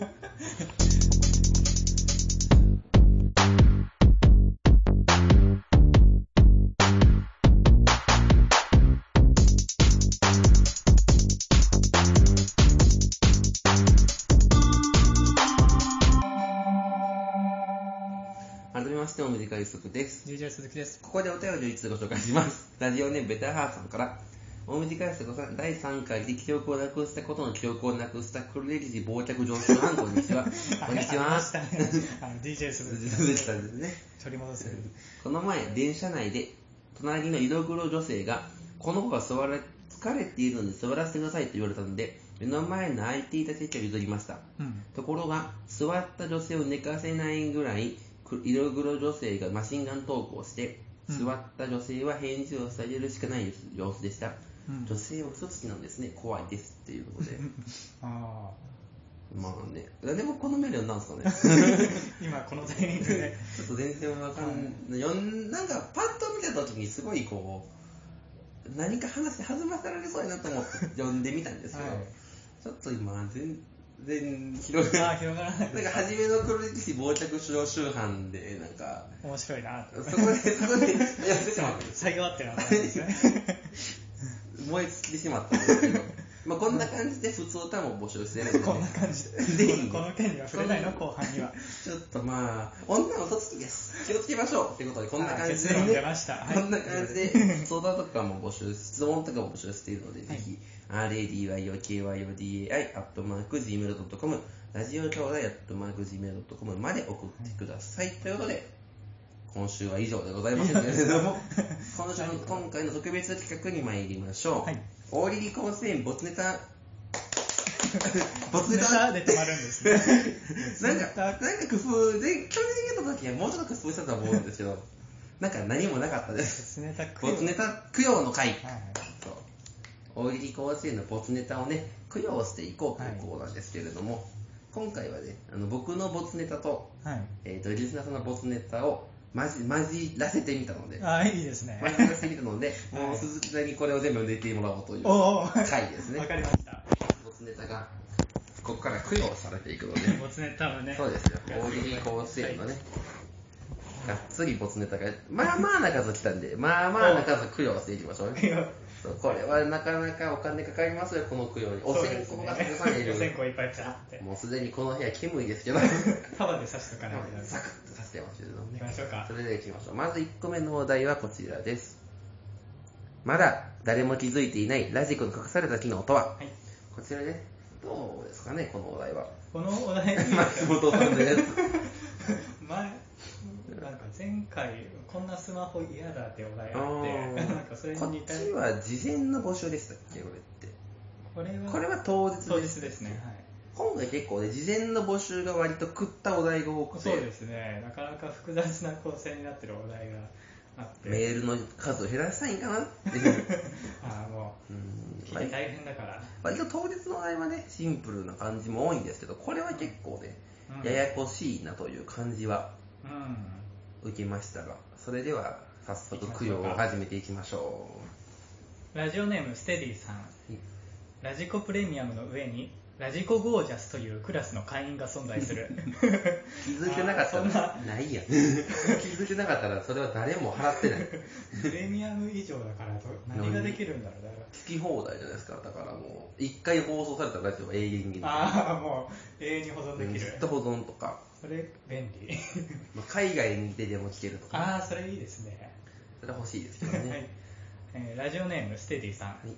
Speaker 1: 改めまして、おめでかいすくです。
Speaker 2: DJ 鈴木です
Speaker 1: ここでお便りを一通ご紹介します。ラジオネームベターハーフさんから、大道返す子さん、第3回で記憶をなくしたことの記憶をなくしたクレイジー傍着上昇案、こんにち は。こんにちは。
Speaker 2: ああの DJ 鈴木
Speaker 1: 鈴木さんですね。
Speaker 2: 取り戻せる
Speaker 1: この前、電車内で、隣の色黒女性が、この子が座ら疲れているので座らせてくださいと言われたので、目の前の空いていた席を譲りました。
Speaker 2: うん。
Speaker 1: ところが、座った女性を寝かせないぐらい、く色黒女性がマシンガン投稿して、
Speaker 2: うん
Speaker 1: 座った女性は返事をされるしかない様子でした。
Speaker 2: うん
Speaker 1: 女性は嘘つきなんですね、怖いですっていうこと で。
Speaker 2: あ
Speaker 1: まあね、でもこのメール読んだんです かね。
Speaker 2: あ。 今このタイミングで。
Speaker 1: ちょっと全然わかんない。よんなんかパッと見た時にすごいこう、何か話弾まされそうになと思って読んでみたんですけど、
Speaker 2: はい
Speaker 1: ちょっと今全然広
Speaker 2: あ
Speaker 1: がらな
Speaker 2: あ、
Speaker 1: い。
Speaker 2: 広がらない。
Speaker 1: なんか初めの黒歴史傍着主導周犯で、なんか、
Speaker 2: 面白いなって
Speaker 1: そ。こで、そこでやってしまったんです。
Speaker 2: 作業ってなったんです ね。
Speaker 1: 燃え尽きてしまったんですけど、まあこんな感じで普通歌も募集してるんで、
Speaker 2: こんな感じで。
Speaker 1: ぜひ
Speaker 2: この件には触れないの、後半には。
Speaker 1: ちょっとまあ、女の嘘つきです。気をつけましょうってことで、こんな感じ
Speaker 2: あ結
Speaker 1: で、
Speaker 2: 論出ましたはい
Speaker 1: こんな感じで、相談とかも募集、質問とかも募集しているので、
Speaker 2: はい
Speaker 1: ぜひ、radyokyodai、アットマーク、gmail.com、ラジオ兄弟、アットマーク、gmail.com まで送ってください。ということで、今週は以上でございますけれど も、今週の今回の特別企画に参りましょう。
Speaker 2: はい
Speaker 1: 大喜利甲子園ボツネ タ、ボツ
Speaker 2: ネ
Speaker 1: ネタ
Speaker 2: タで止まるんですね。
Speaker 1: なんか、なんか工夫で、去年やった時はもうちょっと工夫したと思うんですけど、なんか何もなかったです。
Speaker 2: ボツネタ供
Speaker 1: ボ
Speaker 2: 養
Speaker 1: ツネタ供養の会。
Speaker 2: はいはい
Speaker 1: そう大喜利甲子園のボツネタをね、供養していこうというコーナーですけれども、今回はね、あの僕のボツネタと、
Speaker 2: はい。
Speaker 1: えっ、と、リスナーさんのボツネタを混じ混じらせてみたので、
Speaker 2: ああ、いいですね。
Speaker 1: 混じらせてみたので、
Speaker 2: はい
Speaker 1: もう鈴木さんにこれを全部寝てもらおうという
Speaker 2: お
Speaker 1: ボ
Speaker 2: おお。
Speaker 1: 回ですね
Speaker 2: わかりました。
Speaker 1: ツネタが、ここから供養されていくので。
Speaker 2: ボツネタはね。
Speaker 1: そうですよ、大喜利甲子園のね、がっつりボツネタが、まあまあな数来たんで、まあまあな数供養していきましょう
Speaker 2: はい。
Speaker 1: ね。そうこれはなかなかお金かかりますよ、この供養に。お線香がたくさんい
Speaker 2: お線
Speaker 1: る。
Speaker 2: 香いっぱいピャーって。
Speaker 1: もうすでにこの部屋煙いですけど、サ
Speaker 2: 束で刺しとか
Speaker 1: ク
Speaker 2: ないと。
Speaker 1: ッとさせてますけど
Speaker 2: 行き
Speaker 1: ね。
Speaker 2: ましょうか
Speaker 1: そ。れではいきましょう。まず1個目のお題はこちらです。まだ誰も気づいていないラジコの隠された機能とは
Speaker 2: はい。
Speaker 1: こちらね、どうですかね、このお題 は。
Speaker 2: このお題
Speaker 1: 松本さんです。
Speaker 2: 前なんか前回こんなスマホ嫌だってお題あってなんかそれ
Speaker 1: こ
Speaker 2: に似た
Speaker 1: っちは事前の募集でしたっけこれって
Speaker 2: これは
Speaker 1: これは当日
Speaker 2: 当日ですねはい
Speaker 1: 今回結構ね事前の募集が割と食ったお題が多くて
Speaker 2: そうですねなかなか複雑な構成になってるお題が あって
Speaker 1: メールの数を減らしたいんかなっていう
Speaker 2: ああも
Speaker 1: う
Speaker 2: うん聞い
Speaker 1: 割
Speaker 2: て大変だから
Speaker 1: 割と当日のお題はねシンプルな感じも多いんですけどこれは結構ね、
Speaker 2: うん
Speaker 1: ややこしいなという感じは
Speaker 2: うん
Speaker 1: 受けましたがそれでは早
Speaker 2: いき
Speaker 1: 速
Speaker 2: ましょうか
Speaker 1: 供養を始めていきましょ
Speaker 2: ラジオネームステディさん
Speaker 1: う
Speaker 2: ラジコプレミアムの上にラジコゴージャスというクラスの会員が存在 する
Speaker 1: 気づいてなかった
Speaker 2: あーそんな
Speaker 1: らないやん気づいてなかったらそれは誰も払ってない
Speaker 2: プレミアム以上だからど何ができるんだろうだから
Speaker 1: 聞き放題じゃないですかだからもう一回放送されたら大丈夫永遠に
Speaker 2: ああもう永遠に保存でき
Speaker 1: ず
Speaker 2: る
Speaker 1: っと保存とか、
Speaker 2: それ便利
Speaker 1: まあ、海外に出ても聞けるとか、
Speaker 2: ああそれいいですね
Speaker 1: それは欲しいですけどね、
Speaker 2: はいえーラジオネームステディさん、
Speaker 1: い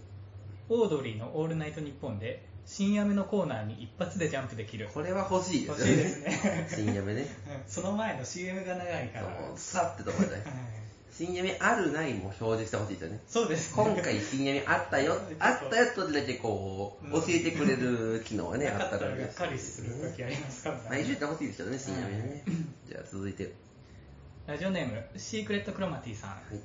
Speaker 2: オードリーの「オールナイトニッポン」で深夜目のコーナーに一発でジャンプできる
Speaker 1: これは欲しいで
Speaker 2: 欲
Speaker 1: すよ
Speaker 2: しい
Speaker 1: ね
Speaker 2: ですね
Speaker 1: 新嫁ね
Speaker 2: うんその前の CM が長いから、はい
Speaker 1: そうさってところで新嫁あるないも表示してほしいですよね
Speaker 2: そうですね
Speaker 1: 今回新嫁あったよあったよとだけこう
Speaker 2: う
Speaker 1: 教
Speaker 2: ん
Speaker 1: えてくれる機能はね、
Speaker 2: な
Speaker 1: あ
Speaker 2: か
Speaker 1: っ
Speaker 2: ったた
Speaker 1: ら
Speaker 2: らが
Speaker 1: 嬉
Speaker 2: っ
Speaker 1: しい
Speaker 2: かりする時ありますからね
Speaker 1: 毎週やってほしいですけどね新嫁ね、じゃあ続いて
Speaker 2: ラジオネームシークレットクロマティさん、
Speaker 1: い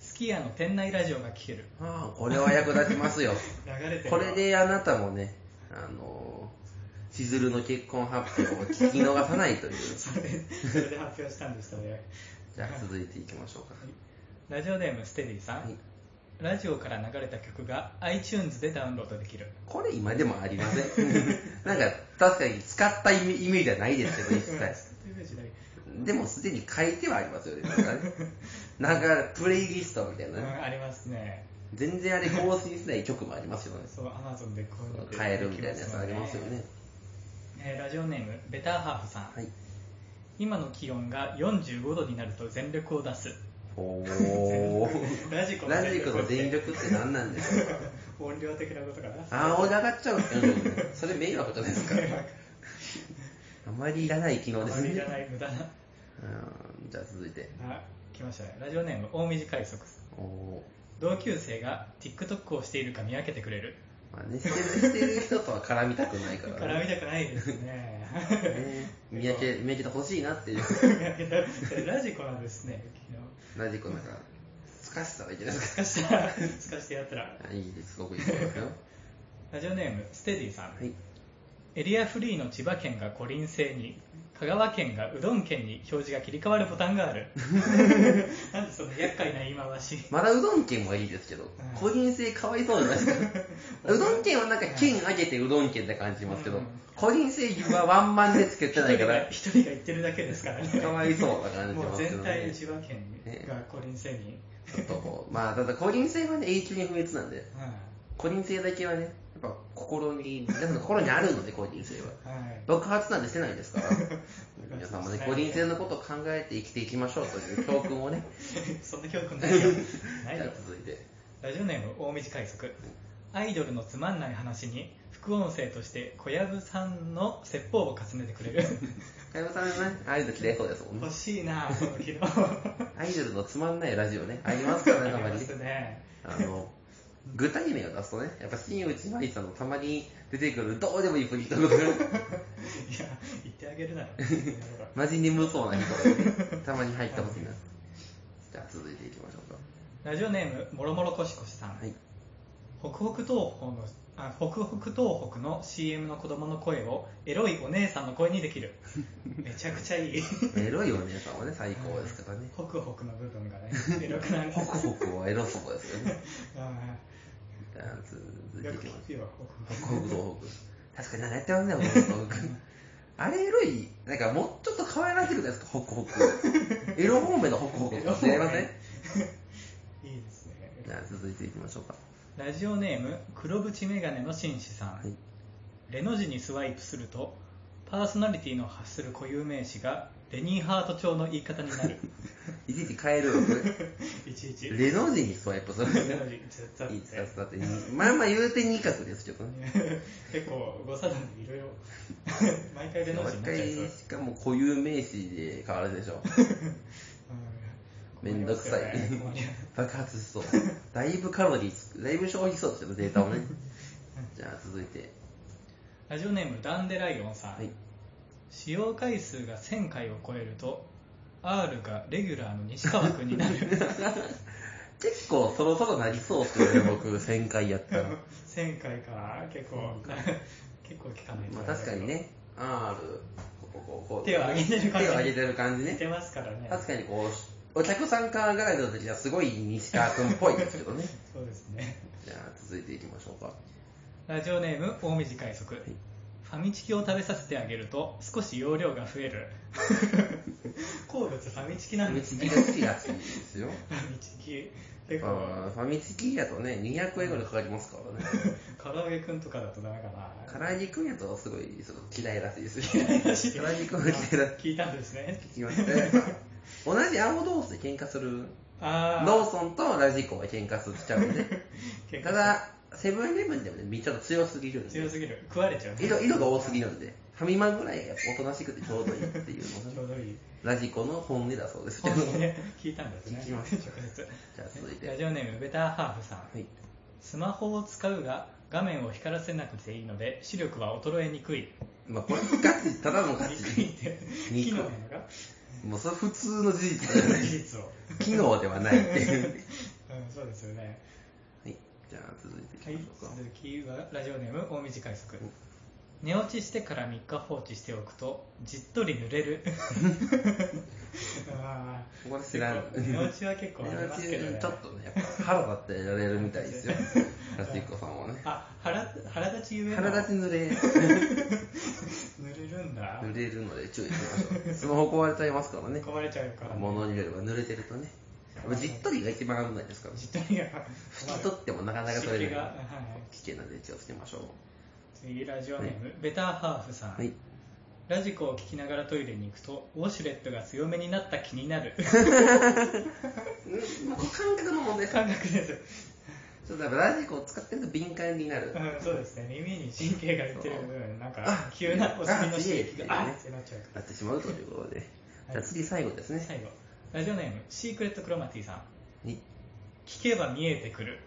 Speaker 2: スキヤの店内ラジオが聴ける
Speaker 1: ああこれは役立ちますよ
Speaker 2: 流れてる
Speaker 1: これであなたもね、あのー、しずるの結婚発表を聞き逃さない という。
Speaker 2: それそれで発表したんでしたね
Speaker 1: じゃあ続いていきましょうか。
Speaker 2: ラジオネームステディさん、
Speaker 1: はい
Speaker 2: ラジオから流れた曲が iTunes でダウンロードできる
Speaker 1: これ今でもありません。 なんか確かに使ったイメイメージはないですけ ど、一切。
Speaker 2: そういうイメージない
Speaker 1: でもすでに書いてはありますよね。なんか ねなんかプレイリストみたいな
Speaker 2: う
Speaker 1: ね。
Speaker 2: んありますね
Speaker 1: 全然あれ更新しない曲もありますよね。
Speaker 2: そう Amazon でこういうの
Speaker 1: 変えるみたいなやつありますよね。
Speaker 2: えーラジオネームベターハーフさん、
Speaker 1: はい。
Speaker 2: 今の気温が45度になると全力を出す
Speaker 1: おー。
Speaker 2: ラジコ
Speaker 1: ラジコの全力って何なんでしょうか
Speaker 2: 音量的なことかな
Speaker 1: あお上がっちゃうんですよね。 それ迷惑じゃないですか。あまりいらない機能
Speaker 2: あ
Speaker 1: で
Speaker 2: ます りい
Speaker 1: ね
Speaker 2: ら。ない無駄な
Speaker 1: うんじゃあ続いて。
Speaker 2: あ来ましたねラジオネーム大水海賊さ
Speaker 1: お
Speaker 2: ん
Speaker 1: お
Speaker 2: 同級生が TikTok をしているか見分けてくれる
Speaker 1: ー。まあ、ね、してるしてる人とは絡みたくないか
Speaker 2: だ
Speaker 1: ら、
Speaker 2: から見たくないですね
Speaker 1: ね見分け、見分けてほしいなっていう。
Speaker 2: ラジコなんですね
Speaker 1: ラジコなんか、すかしたらいいじゃないです
Speaker 2: 昨日すかしたらすかしてやったら
Speaker 1: か。あいいです、すごくいいと思います よ。
Speaker 2: ラジオネームステディさん、
Speaker 1: はい。
Speaker 2: エリアフリーの千葉県がコリン製に香川県がうどん県に表示が切り替わるボタンが あるなんでその厄介な言い回し
Speaker 1: まだうどん県はいいですけど、個人性かわいそうじゃないです か。うどん県はなんか県上げてうどん県って感じしますけど
Speaker 2: うん、
Speaker 1: 個人性はワンマンでつけてない
Speaker 2: 一人
Speaker 1: か
Speaker 2: が
Speaker 1: ら、
Speaker 2: 一人が言ってるだけですからね
Speaker 1: かわいそうな感じし
Speaker 2: もう
Speaker 1: ますけ
Speaker 2: 全
Speaker 1: ど
Speaker 2: 体
Speaker 1: ね
Speaker 2: で。千葉県がコリン製に、
Speaker 1: ちょっとこう、まあ、ただ個人性はね、永久に不滅なんで、
Speaker 2: う
Speaker 1: 個人性だけはね、やっぱ心に、皆さんの心にあるので、個人性は。
Speaker 2: んはい
Speaker 1: 爆発なんてしてないですから、皆さんもね、個人性
Speaker 2: の。
Speaker 1: のことを考えて生きていきましょうという教訓をね、
Speaker 2: そんな教訓ないよ。
Speaker 1: じ
Speaker 2: ない
Speaker 1: ゃ
Speaker 2: よ
Speaker 1: あ続いて。
Speaker 2: ラジオネーム、大道海賊。アイドルのつまんない話に、副音声として小籔さんの説法を重ねてくれる。
Speaker 1: 加山さんはね、アイドル嫌いそうですもんね
Speaker 2: 欲。しいな、その機能。
Speaker 1: アイドルのつまんないラジオね、ありますからね、たま
Speaker 2: ありま
Speaker 1: に。
Speaker 2: すね。
Speaker 1: あの、具体名を出すとね、やっぱ新内麻衣さんのたまに出てくるどうでもいいプリントとか、
Speaker 2: いや、言ってあげるなら。
Speaker 1: マジ眠そうな人が、ね、たまに入ってほしいな。じゃあ続いていきましょうか。
Speaker 2: ラジオネーム、もろもろこしこしさん。
Speaker 1: はい。
Speaker 2: 北北東方のあ北北東北の CM の子供の声をエロいお姉さんの声にできるめちゃくちゃいい
Speaker 1: エロいお姉さんはね、最高ですからね。
Speaker 2: ホクホクの部分がねエロく なる
Speaker 1: ホクホクはエロそうですよね。
Speaker 2: う
Speaker 1: じゃあ続
Speaker 2: ん
Speaker 1: い
Speaker 2: よ
Speaker 1: てい
Speaker 2: く
Speaker 1: きましょう
Speaker 2: 聞。くよホク
Speaker 1: ホクホクホク確かに何やってますね、ホクホク。あれエロい、なんかもうちょっと可愛らしくないですか、ホクホク。エロ方面のホクホ ク
Speaker 2: ホ
Speaker 1: と
Speaker 2: ク
Speaker 1: かってやりません
Speaker 2: いいですね
Speaker 1: じゃあ続いていきましょうか。
Speaker 2: ラジオネーム黒縁メガネの紳士さん、
Speaker 1: はい
Speaker 2: レの字にスワイプするとパーソナリティの発する固有名詞がレニーハート調の言い方にな る
Speaker 1: いちいち変えるよね。
Speaker 2: いちいち
Speaker 1: レノジにスワイプするんです
Speaker 2: レ
Speaker 1: よ。
Speaker 2: の字ずっとあっ
Speaker 1: いい
Speaker 2: て
Speaker 1: だって、まあまあ言うて二角ですけどね。
Speaker 2: 結構誤差なんでいろ いろ毎回レの
Speaker 1: 毎
Speaker 2: 字になっちゃいそう
Speaker 1: 回しかも固有名詞で変わるでしょ。めんどくさい
Speaker 2: うん困りますよね困ります
Speaker 1: 爆発しそう。 だいぶカロリーつく、だいぶ消費しそうですけど、データをね。じゃあ続いて。
Speaker 2: ラジオネームダンデライオンさん、
Speaker 1: はい。
Speaker 2: 使用回数が1000回を超えると R がレギュラーの西川君にな る
Speaker 1: 結構そろそろなりそうっすよ ね、僕、1000回や ったら。
Speaker 2: 1000回か結構結構聞かないと
Speaker 1: まあ確かにね、R、ここ、こう、こう。
Speaker 2: 手を上げてる感じ
Speaker 1: 手を上げてる感じ
Speaker 2: 似
Speaker 1: ね。
Speaker 2: てますからね
Speaker 1: 確かにこう、お客さんからガイドの時はすごい西川君っぽいですけど ね。
Speaker 2: そうですね
Speaker 1: じゃあ続いていきましょうか。
Speaker 2: ラジオネーム大水快速、ファミチキを食べさせてあげると少し容量が増 える好物ファミチキ
Speaker 1: フ
Speaker 2: な
Speaker 1: ァ
Speaker 2: ん
Speaker 1: ミ
Speaker 2: です
Speaker 1: チキ
Speaker 2: ねフ
Speaker 1: が好きらしいです よ。
Speaker 2: ァミチキ結
Speaker 1: ま
Speaker 2: 構
Speaker 1: あファミチキやとね、200円ぐらいかかりますからね。
Speaker 2: 唐揚げくんとかだとダメか
Speaker 1: 唐
Speaker 2: な
Speaker 1: 揚げくんやとすごいその嫌いらしいです よ。唐揚げくんは嫌いらし
Speaker 2: 聞いたんですね
Speaker 1: い。聞きましたよ同じ青同士で喧嘩する。
Speaker 2: ああ
Speaker 1: ローソンとラジコは喧嘩するちゃうんで。
Speaker 2: 結構
Speaker 1: ただ、セブンイレブンでもね、ちょっと強すぎるん
Speaker 2: 強
Speaker 1: で。
Speaker 2: すぎる食われちゃう
Speaker 1: 色色が多すぎるんで。ファミマぐらいやっぱおとなしくてちょうどいいっていうの
Speaker 2: ち
Speaker 1: が
Speaker 2: ょうどいい
Speaker 1: ラジコの本音だそうですけ
Speaker 2: 本
Speaker 1: ど。
Speaker 2: 当にね聞いたんですね
Speaker 1: 聞きました
Speaker 2: 直接
Speaker 1: じゃあ続いて。は
Speaker 2: ラ
Speaker 1: い。
Speaker 2: ジオネームベターハーフさんスマホを使うが画面を光らせなくていいので視力は衰えに くい
Speaker 1: まあこれガチ、ただのガ
Speaker 2: 憎い
Speaker 1: チ。
Speaker 2: って
Speaker 1: 憎い
Speaker 2: 機能なのか
Speaker 1: もうそれ普通の事実だよね
Speaker 2: 事。実を
Speaker 1: 機能ではないっていう。
Speaker 2: うんそうですよね
Speaker 1: はい、じゃあ続いていき
Speaker 2: はい
Speaker 1: ましょうか。
Speaker 2: 続きはラジオネーム大道快速寝落ちしてから3日放置しておくとじっとり濡れ る あー
Speaker 1: これ知らん。
Speaker 2: 寝落ちは結構ありますけどね
Speaker 1: ちょっとね、やっぱ腹立ってやられるみたいですよ。 ラチッコさんはね。
Speaker 2: あ腹腹立ちゆえの
Speaker 1: 腹立ち濡れ、
Speaker 2: 濡れるんだ
Speaker 1: 濡れるので注意しましょう。スマホ壊れちゃいますからね。
Speaker 2: 壊れちゃうから、ね、
Speaker 1: 物によれば濡れてるとね。じっとりが一番危ないですから、ね、
Speaker 2: じっとりが
Speaker 1: 拭き取ってもなかなか取れ
Speaker 2: 湿気
Speaker 1: な
Speaker 2: がはいい。
Speaker 1: 危険なんで気をつけましょう。
Speaker 2: 次ラジオネーム、ベターハーフさん、
Speaker 1: はい。
Speaker 2: ラジコを聞きながらトイレに行くとウォシュレットが強めになった気になる
Speaker 1: うん、まあ、感覚の問題です。
Speaker 2: 感覚です、
Speaker 1: ちょっとやっぱラジコを使ってると敏感になる
Speaker 2: う。ん、そうですね耳に神経がいってる分なん
Speaker 1: あ
Speaker 2: か急なお尻の刺激が
Speaker 1: あ
Speaker 2: あっってなっちゃうか
Speaker 1: なってしまうということで。じゃあ次最後です
Speaker 2: ら
Speaker 1: ね。
Speaker 2: 最後ラジオネームシークレットクロマティさん
Speaker 1: に
Speaker 2: 聞けば見え てくる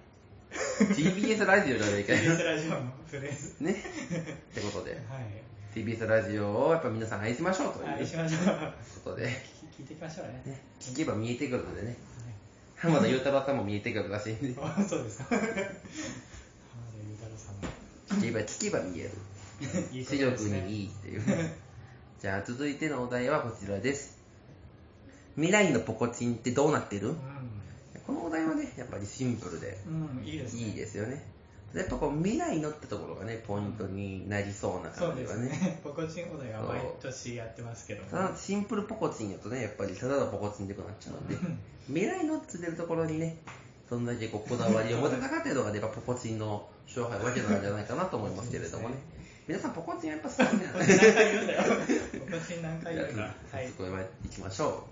Speaker 1: TBS ラジオだね、一回。
Speaker 2: TBS ラジオのフレーズ
Speaker 1: ね。ってことで、
Speaker 2: はい
Speaker 1: TBS ラジオをやっぱ皆さん愛しましょうとい
Speaker 2: 愛
Speaker 1: う
Speaker 2: しましょう
Speaker 1: ことで、
Speaker 2: 聞いていきましょうね
Speaker 1: ね、聞けば見えてくるのでね、浜田雄太郎さんも見えてくるらしいん で、
Speaker 2: はいあそうですか浜田雄太郎さんの
Speaker 1: 聞けば、聞けば見える。
Speaker 2: いいこと
Speaker 1: 視力
Speaker 2: ですね
Speaker 1: にいいっていう。じゃあ続いてのお題はこちらです。未来のポコチンってどうなってるこのお題はね、やっぱりシンプルで
Speaker 2: うん、うん、いいですね
Speaker 1: いいですよね。やっぱこう未来のってところがね、ポイントになりそうな
Speaker 2: そう
Speaker 1: 感じ
Speaker 2: で
Speaker 1: は
Speaker 2: す
Speaker 1: ね。
Speaker 2: ねポコチンお題は毎年やってますけど
Speaker 1: ただシンプルポコチンやとね、やっぱりただのポコチンでくなっちゃうんで、未来のっつってるところにね、どんだけこうこだわりを持てたかっていうのが、やっぱポコチンの勝敗わけなんじゃないかなと思いますけれどもね。皆さんポコチンやっぱ好きなん
Speaker 2: ポコ
Speaker 1: で
Speaker 2: チン何回言 うんだよポコチン何回
Speaker 1: じ
Speaker 2: 言
Speaker 1: ゃ
Speaker 2: うんだ
Speaker 1: あ、
Speaker 2: はい
Speaker 1: そこへ行きましょ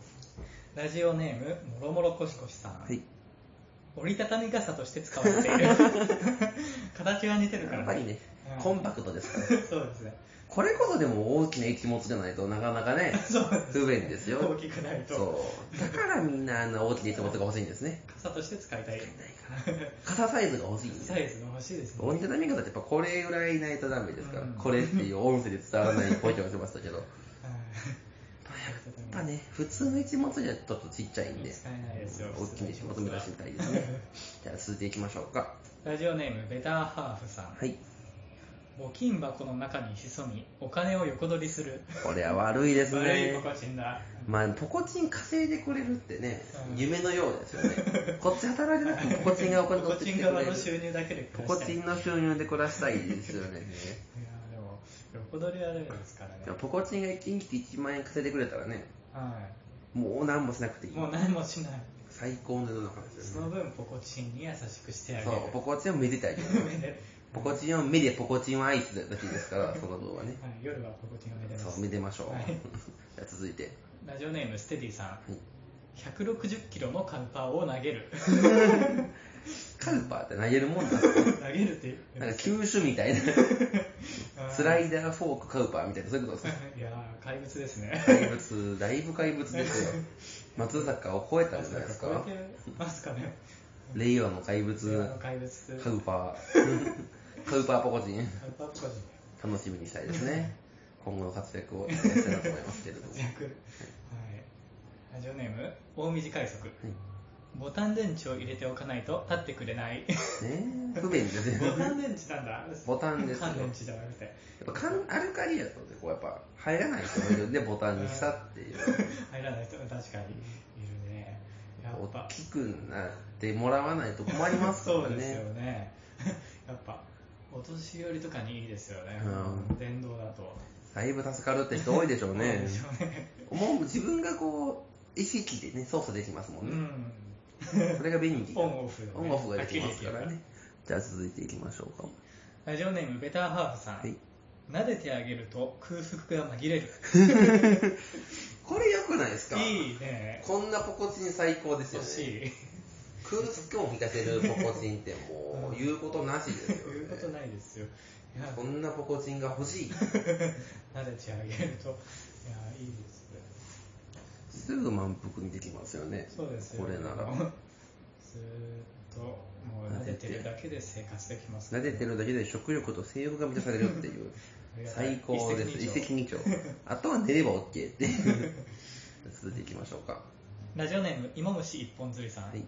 Speaker 2: ラジオネームもろもろこしこしさん、
Speaker 1: う。はい。
Speaker 2: 折りたたみ傘として使われている形は似てるか
Speaker 1: やっぱ
Speaker 2: ら
Speaker 1: りね
Speaker 2: う、ん
Speaker 1: コンパクトですから。
Speaker 2: そうですね
Speaker 1: これこそでも大きな気持ちじゃないとなかなかね、
Speaker 2: そうです
Speaker 1: 不便です
Speaker 2: 大
Speaker 1: よ。
Speaker 2: きくないと
Speaker 1: そう。だからみんなあの大きな気持ちが欲しいんですね。
Speaker 2: 傘として使いたい
Speaker 1: 傘サイズが欲しいんです
Speaker 2: サイズが欲しいですね
Speaker 1: 折りたたみ方ってやっぱこれぐらいないとダメですから、
Speaker 2: うん
Speaker 1: これっていう音声で伝わらないポイントが出ましたけど、やっぱ
Speaker 2: うん
Speaker 1: ね、普通の一物じゃちょっとちっちゃいんで、
Speaker 2: 使えないですよ
Speaker 1: 大きな一物目指したいですね。じゃあ続いていきましょうか。
Speaker 2: ラジオネームベターハーフさん
Speaker 1: はい。
Speaker 2: 募金箱の中に潜みお金を横取りする
Speaker 1: これは悪いですね。
Speaker 2: 悪いポコチンだ
Speaker 1: まあ、ポコチン稼いでくれるってね、夢のようですよね。こっち働いてなくてもポコチンがお金
Speaker 2: ポコ
Speaker 1: 取って
Speaker 2: チ
Speaker 1: き
Speaker 2: ン
Speaker 1: てく
Speaker 2: 側
Speaker 1: れ
Speaker 2: の
Speaker 1: る。
Speaker 2: 収入だけで
Speaker 1: ポ
Speaker 2: 暮ら
Speaker 1: コ
Speaker 2: したい
Speaker 1: チンの収入で暮らしたいですよね。
Speaker 2: いやーでも横取りはダメですからね
Speaker 1: でもポコチンが一日1万円稼いでくれたらね、
Speaker 2: は
Speaker 1: もう何もしなくてい
Speaker 2: い
Speaker 1: い。
Speaker 2: もう何もしない
Speaker 1: 最高の世の中です
Speaker 2: そ
Speaker 1: よね。
Speaker 2: の分ポコチンに優しくしてあげ
Speaker 1: そ
Speaker 2: る
Speaker 1: う、ポコチンをめでたい。
Speaker 2: で
Speaker 1: ポコチンを目でポコチンを愛するだけですから、その分はね。
Speaker 2: はい、夜はポコチンをめでま
Speaker 1: そう、
Speaker 2: す
Speaker 1: めでましょう。
Speaker 2: はい
Speaker 1: じゃあ続いて。
Speaker 2: ラジオネームステディさ
Speaker 1: い
Speaker 2: ん160キロのカルパーを投げる
Speaker 1: カルパーって投げるもん だ。
Speaker 2: 投げるって
Speaker 1: なんか球種みたいな。スライダー、フォーク、カウパーみたいな、そういうことですね。
Speaker 2: いやー怪物ですね
Speaker 1: 怪物、だいぶ怪物ですよ。松坂を超えたんじゃないです
Speaker 2: 超
Speaker 1: か
Speaker 2: え。てますかね
Speaker 1: 令和の怪
Speaker 2: あの
Speaker 1: 物、
Speaker 2: 怪物
Speaker 1: カ
Speaker 2: カル
Speaker 1: ウパ ー。カウパーポコチン、
Speaker 2: パーポコチン
Speaker 1: 楽しみにしたいですね。今後の活躍を期待したいなと思いますけれども。
Speaker 2: 活躍はいラジオネーム大短快速
Speaker 1: はい
Speaker 2: ボタン電池を入れておかないと立ってくれない。
Speaker 1: ねえ不便ですよ
Speaker 2: ボ
Speaker 1: ね。
Speaker 2: タン電池なんだ。
Speaker 1: ボタンですよ
Speaker 2: 乾電池だわみたい。
Speaker 1: やっぱ缶アルカリやとね、こうやっぱ入らない人もい るんで、ボタンにしたっていう。
Speaker 2: 入らない人が確かにいるね。やっ
Speaker 1: 大
Speaker 2: ぱ。
Speaker 1: きくなってもらわないと困りますか
Speaker 2: そ
Speaker 1: ら
Speaker 2: うですよ
Speaker 1: ね。
Speaker 2: ね。やっぱ、お年寄りとかにいいですよね
Speaker 1: う。
Speaker 2: 電動だと。
Speaker 1: だいぶ助かるって人多いでしょうね
Speaker 2: で。しょうね。
Speaker 1: もう自分がこう、意識でね、操作できますも
Speaker 2: うん
Speaker 1: ね。
Speaker 2: ん。
Speaker 1: それが便利。
Speaker 2: オンオフ、
Speaker 1: オンオフができますからね。。じゃあ続いていきましょうか。
Speaker 2: ラジオネーム、ベターハーフさん。
Speaker 1: はい
Speaker 2: 撫でてあげると空腹が紛れる。
Speaker 1: これ良くないですか
Speaker 2: いいね。
Speaker 1: こんなポコチン最高ですよ
Speaker 2: 欲
Speaker 1: ね。
Speaker 2: しい。
Speaker 1: 空腹を満たせるポコチンってもう言うことなしですよ
Speaker 2: 言うこと
Speaker 1: ね。
Speaker 2: ないですよ。いや
Speaker 1: こんなポコチンが欲しい。
Speaker 2: 撫でてあげると、いや、いいですね。
Speaker 1: すぐ満腹にできますよね。
Speaker 2: そうですよ。
Speaker 1: これなら。
Speaker 2: ずーっと、もう撫でてるだけで生活できます
Speaker 1: 撫でてるだけで食欲と性欲が満たされるっていう最高です一石二鳥あとは寝れば OK っていう続いていきましょうか
Speaker 2: ラジオネーム、芋虫一本釣りさん。
Speaker 1: はい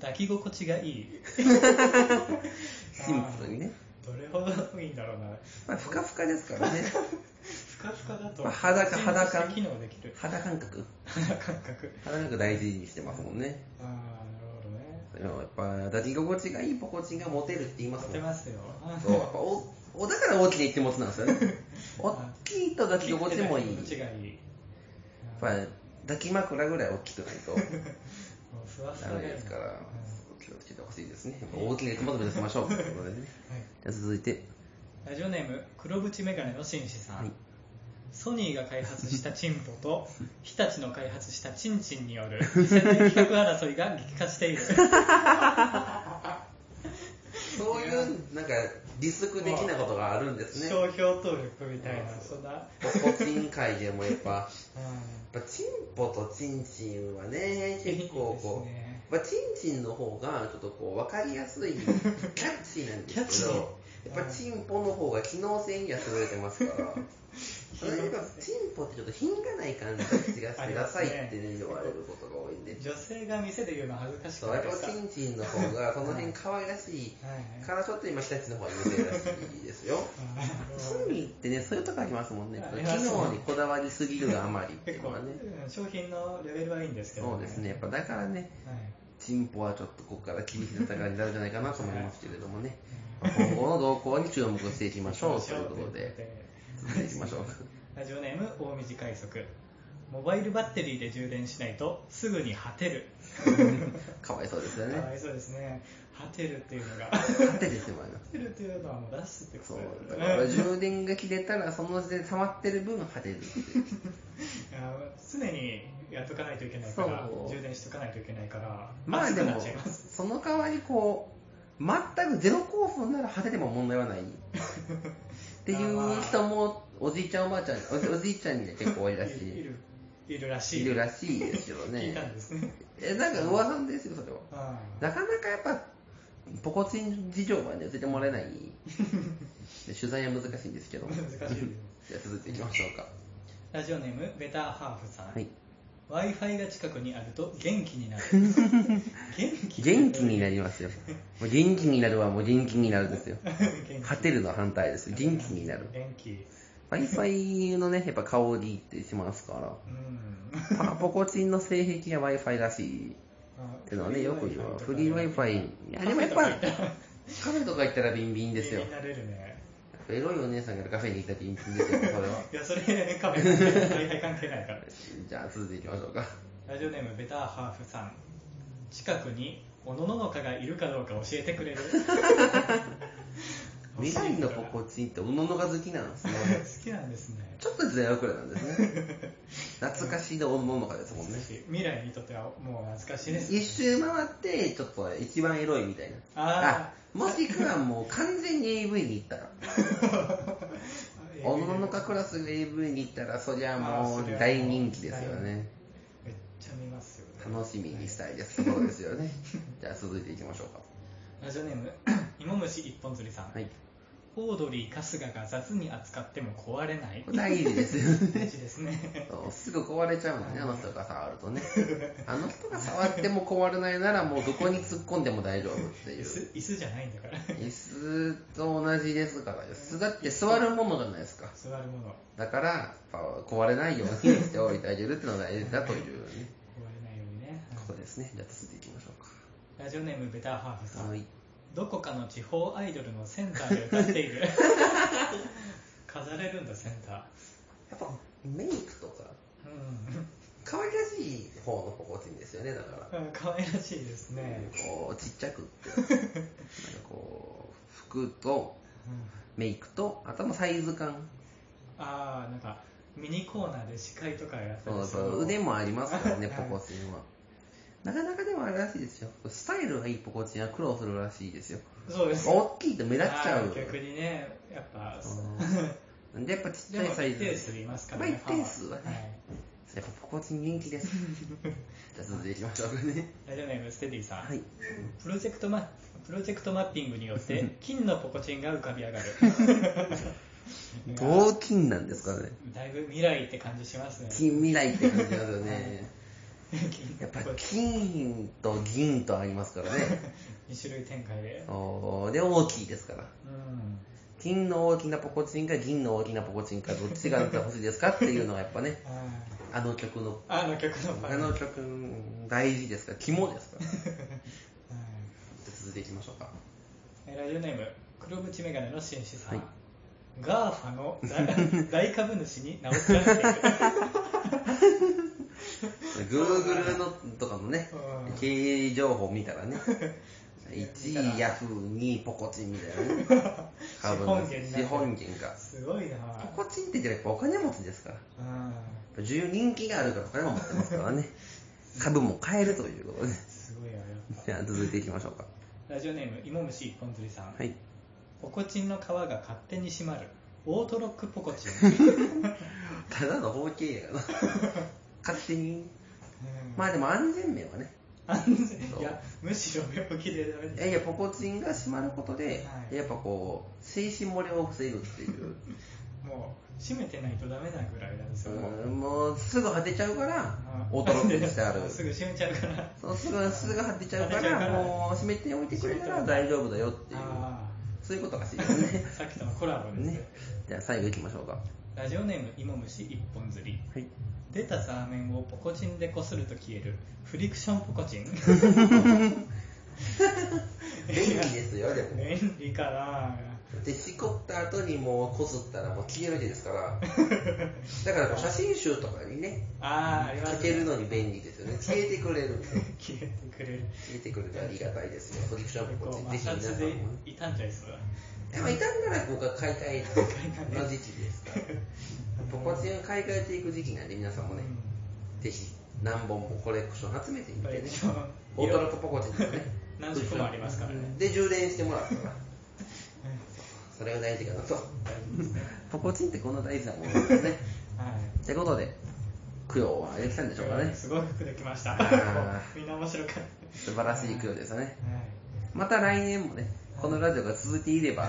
Speaker 2: 抱き心地がいい。
Speaker 1: シンプルにね
Speaker 2: どれほどいいんだろうな。
Speaker 1: まあふかふかですからね
Speaker 2: ふかふかだと、
Speaker 1: まあ裸
Speaker 2: 一日として
Speaker 1: 裸
Speaker 2: 機能できる。
Speaker 1: 肌感覚
Speaker 2: 肌感覚。
Speaker 1: 肌感覚大事にしてますもんね
Speaker 2: ああ、な
Speaker 1: で
Speaker 2: るほどね。
Speaker 1: もやっぱ抱き心地がいいポコチンがモテるって言います
Speaker 2: モ
Speaker 1: も
Speaker 2: テ
Speaker 1: ん
Speaker 2: ますよ。
Speaker 1: そうやっぱおおだから大きな気持ちなんですよね大きいと抱き心地もいい
Speaker 2: 抱き心地がいい。
Speaker 1: やっぱ抱き枕ぐらい大きくないと
Speaker 2: もうふわふ
Speaker 1: ダ
Speaker 2: わ
Speaker 1: メ
Speaker 2: がいい
Speaker 1: ですから、
Speaker 2: うん
Speaker 1: 気をつけてほしいですね。大きなトマト目指しましょう。ということでね。
Speaker 2: はい
Speaker 1: じゃあ続いて、
Speaker 2: ラジオネーム黒縁メガネの紳士さん、
Speaker 1: はい
Speaker 2: ソニーが開発したチンポ と日立の開発したチンチンによる企画争いが激化している
Speaker 1: そういう、なんか、利息的なことがあるんですね
Speaker 2: 商標登録みたいな、
Speaker 1: うん
Speaker 2: そんな、
Speaker 1: ポコチン界でもやっぱや
Speaker 2: う
Speaker 1: っぱチンポとチンチンはね
Speaker 2: ん、
Speaker 1: 結構こう
Speaker 2: いいですね
Speaker 1: まあ、チンチンの方がちょっとこう分かりやすいキャッチーなんですけ
Speaker 2: キャッ
Speaker 1: どやっぱチンポの方が機能性には優れてますからそれやっぱチンポってちょっと品がない感じがしてくださいって、ね、言われることが多いんで
Speaker 2: 女性が店で言うの恥ずかしく
Speaker 1: そう
Speaker 2: な
Speaker 1: や
Speaker 2: い
Speaker 1: っ
Speaker 2: で
Speaker 1: ぱ
Speaker 2: すか
Speaker 1: チンチンの方がその辺可愛らしい
Speaker 2: はいはい
Speaker 1: からちょっと今日立の方が優勢らしいですよ罪ってねそういうとこありますもんね
Speaker 2: あ
Speaker 1: 機
Speaker 2: りますね
Speaker 1: 能にこだわりすぎるあまりってい
Speaker 2: 結
Speaker 1: うの
Speaker 2: 構
Speaker 1: はね、
Speaker 2: うん商品のレベルはいいんですけど、
Speaker 1: そうですねやっぱだからね
Speaker 2: はい
Speaker 1: チンポはちょっとここから厳しい戦いになるんじゃないかなと思いますけれどもね
Speaker 2: うん
Speaker 1: 今後の動向に注目していきましょうということで続けていきましょう
Speaker 2: ラジオネーム大道快速モバイルバッテリーで充電しないとすぐに果てる
Speaker 1: かわいそうですよ
Speaker 2: かわ
Speaker 1: ね
Speaker 2: いそうですね果てるっていうのが
Speaker 1: 勝手ですよまだ
Speaker 2: 果てるっていうのはもう出すってこ
Speaker 1: そ
Speaker 2: と
Speaker 1: う
Speaker 2: だ
Speaker 1: だ
Speaker 2: よ
Speaker 1: から
Speaker 2: ね
Speaker 1: 充電が切れたらその時点で溜まってる分果てるっていう
Speaker 2: あ常にやっとかないといけないから
Speaker 1: そう
Speaker 2: 充電しとかないといけないから
Speaker 1: まあで
Speaker 2: 熱くな
Speaker 1: も
Speaker 2: っちゃいます
Speaker 1: その代わりこう全くゼロ興奮なら果てても問題 はないっていう人もおじいちゃんおばあちゃんおじおじいちゃんには結構多いらし
Speaker 2: いい
Speaker 1: い
Speaker 2: るいるらしい
Speaker 1: いるらしいですけどね
Speaker 2: 聞いたんですね
Speaker 1: えなんか噂ですよそれは
Speaker 2: あ
Speaker 1: なかなかやっぱポコチン事情はね教えてもらえ ないで取材は難しいんですけど
Speaker 2: 難しいですね
Speaker 1: じゃあ続いていきましょうか
Speaker 2: ラジオネームベターハーフさん、
Speaker 1: はい
Speaker 2: w i f i が近くにあると元気 になる元気
Speaker 1: 元気になりますよもう元気になるはもう元気になるですよ
Speaker 2: 元
Speaker 1: 果てるの反対ですよ元気になる
Speaker 2: 元気
Speaker 1: Wi-Fi のねやっぱ香りってしますか
Speaker 2: うん
Speaker 1: らパポコチンの性癖は Wi-Fi らしいってのはねよく言うフリー Wi-Fi いやでもやっぱカフェとか行ったらビンビン
Speaker 2: い
Speaker 1: ですよ
Speaker 2: なれるね
Speaker 1: エロいお姉さんがカフェに行ったらビンビンですよそれはい
Speaker 2: やそれカメラ大体関係ないから
Speaker 1: じゃあ続いていきましょうか
Speaker 2: ラジオネームベターハーフさん近くにおのののかがいるかどうか教え てくれる
Speaker 1: 未来のポコチンっておののが好きなんですね
Speaker 2: 欲しいから好きなんですね
Speaker 1: ちょっと時代遅れなんですね懐かしいでおののかですもんね
Speaker 2: 未来にとってはもう懐かしいです
Speaker 1: 一周回ってちょっと一番エロいみたいな
Speaker 2: あ
Speaker 1: もしくはもう完全に AV に行ったらおののかクラスが AV に行ったらそりゃもう大人気ですよね
Speaker 2: めっちゃ見ますよね
Speaker 1: 楽しみにしたいですところですよね じゃあ続いていきましょうか
Speaker 2: ラジオネーム 芋虫一本釣りさん、
Speaker 1: はい
Speaker 2: オードリー春日が雑に扱っても壊れない
Speaker 1: これ大事ですよね
Speaker 2: 大事ですね
Speaker 1: そうすぐ壊れちゃうのね、あの人が触ると ね。あの人が触っても壊れないなら、もうどこに突っ込んでも大丈夫ってい
Speaker 2: 椅
Speaker 1: う。
Speaker 2: 子椅子じゃないんだから
Speaker 1: 椅子と同じですから、椅子だって座るものじゃないですか。
Speaker 2: 座るもの
Speaker 1: だから、やっぱ壊れないようにしておいてあげるっていうのが大事だという、 ね、
Speaker 2: 壊れないようにね
Speaker 1: ことですね。じゃあ続いていきましょう
Speaker 2: ラジオネームベターハーフさ
Speaker 1: か。
Speaker 2: ん、
Speaker 1: はい。
Speaker 2: どこかの地方アイドルのセンターで歌ってい る飾れるんだセンター
Speaker 1: やっぱ、メイクとか、
Speaker 2: う
Speaker 1: 可愛らしい方の心地いいんですよね、だから。
Speaker 2: んうん 可愛らしいですね、
Speaker 1: こう、ちっちゃくって。なんかこう、服と、
Speaker 2: うん
Speaker 1: メイクと、あとはもうサイズ感。
Speaker 2: ああなんかミニコーナーで司会とかやった
Speaker 1: そう
Speaker 2: り
Speaker 1: そ
Speaker 2: る
Speaker 1: う、腕もありますからね、
Speaker 2: はい
Speaker 1: ポコチンは。なかなかでもあれらしいですよ。スタイルがいいポコチンは苦労するらしいですよ。
Speaker 2: そうです
Speaker 1: 大きいと目立っちゃ
Speaker 2: あ
Speaker 1: う
Speaker 2: ー。逆にねやっぱ
Speaker 1: うんで、やっぱちっち
Speaker 2: で
Speaker 1: ゃ
Speaker 2: も
Speaker 1: いサイ
Speaker 2: 一
Speaker 1: ズ。
Speaker 2: 定
Speaker 1: や
Speaker 2: 数いますか
Speaker 1: ま
Speaker 2: ら
Speaker 1: あ
Speaker 2: ね
Speaker 1: 一定数はね
Speaker 2: い
Speaker 1: っぱポコチン人気です。じゃあ続いていきましょうかね。
Speaker 2: ラジオネームステディさん、
Speaker 1: はい。
Speaker 2: プロジェクトマプロジェクトマッピングによって金のポコチンが浮か び上がるいや
Speaker 1: 同金なんですかね。
Speaker 2: だいぶ未来って感じしますね
Speaker 1: 金未来って感じですよね。
Speaker 2: 金
Speaker 1: や
Speaker 2: の
Speaker 1: っぱ
Speaker 2: ポコチン
Speaker 1: 金と銀とありますからね。
Speaker 2: 2種類展開で
Speaker 1: おーで、大きいですから。
Speaker 2: うん
Speaker 1: 金の大きなポコチンか銀の大きなポコチンかどっちがあってほしいですかっていうのがやっぱねあの曲の
Speaker 2: あーあの曲の場合
Speaker 1: あの曲大事ですから肝ですから じゃあ続いていきましょうか
Speaker 2: えーラジオネーム黒縁メガネの紳士さん、
Speaker 1: はい
Speaker 2: ガーファの大大株主に名を連ねている
Speaker 1: Google のとかのね
Speaker 2: うん
Speaker 1: 経営情報見た らね1位ヤフー2位ポコチンみたいなね
Speaker 2: 資本源
Speaker 1: 資本源か
Speaker 2: すごいな
Speaker 1: ポコチンってやっぱお金持ちですからや
Speaker 2: うん
Speaker 1: っぱ需要人気があるからお金も持ってますから ね株も買えるということです
Speaker 2: ごいよやっぱ
Speaker 1: じゃあ続いていきましょうか
Speaker 2: ラジオネーム芋虫一本釣りさん、
Speaker 1: はい
Speaker 2: ポコチンの皮が勝手に閉まるオートロックポコチン、
Speaker 1: ただの包茎やな 勝手に まあでも安全面はね
Speaker 2: 安全
Speaker 1: そう
Speaker 2: いやむしろ病気でダメ
Speaker 1: い
Speaker 2: で
Speaker 1: やいやポコチンが閉まることで、
Speaker 2: はい
Speaker 1: やっぱこう精神漏れを防ぐっていう
Speaker 2: もう閉めてないとダメなぐらいなんですよ、もう
Speaker 1: うんもうすぐ果てちゃうからオートロックにしてある
Speaker 2: すぐ閉めちゃうから
Speaker 1: そうすぐすぐ果てちゃうか
Speaker 2: 果てちゃうか
Speaker 1: ら
Speaker 2: ら
Speaker 1: もう閉めておいてくれたら大丈夫だよっていう
Speaker 2: あ
Speaker 1: そういうことが知り たいですね
Speaker 2: あさっきとのコラボですね
Speaker 1: ねじゃあ最後いきましょうか
Speaker 2: ラジオネーム芋虫一本釣り
Speaker 1: はい
Speaker 2: 出たザーメンをポコチンでこすると消えるフリクションポコ チン
Speaker 1: 便利ですよでも
Speaker 2: 便利かな
Speaker 1: でしこった後にもうこすったらもう消えるわけですからだからこう写真集とかにね
Speaker 2: あああります
Speaker 1: かけるのに便利ですよね消えてくれる
Speaker 2: 消えてくれる
Speaker 1: 消えてくれてありがたいですよフリクションポコ
Speaker 2: こ
Speaker 1: チ
Speaker 2: う
Speaker 1: ン
Speaker 2: 摩
Speaker 1: ぜひ皆さ
Speaker 2: 擦
Speaker 1: ん
Speaker 2: で
Speaker 1: もね
Speaker 2: 傷んじゃいそうだ
Speaker 1: でも傷んだら僕は買い替え
Speaker 2: 替え
Speaker 1: の時期ですからポコチンを買い替えていく時期なんで皆さんもね、ぜひ何本もコレクション集めてみてねオートロックポコチンとかね
Speaker 2: 何十個もありますからね
Speaker 1: で充電してもらったらそれが大事かなと ポコチンってこんな大事なものなんですね
Speaker 2: はい
Speaker 1: ってことで供養はできたんでしょうかね
Speaker 2: すごい服できました
Speaker 1: あー
Speaker 2: みんな面白かっ
Speaker 1: 素晴らしい供養ですね
Speaker 2: た、はい
Speaker 1: また来年もねこのラジオが続いていれば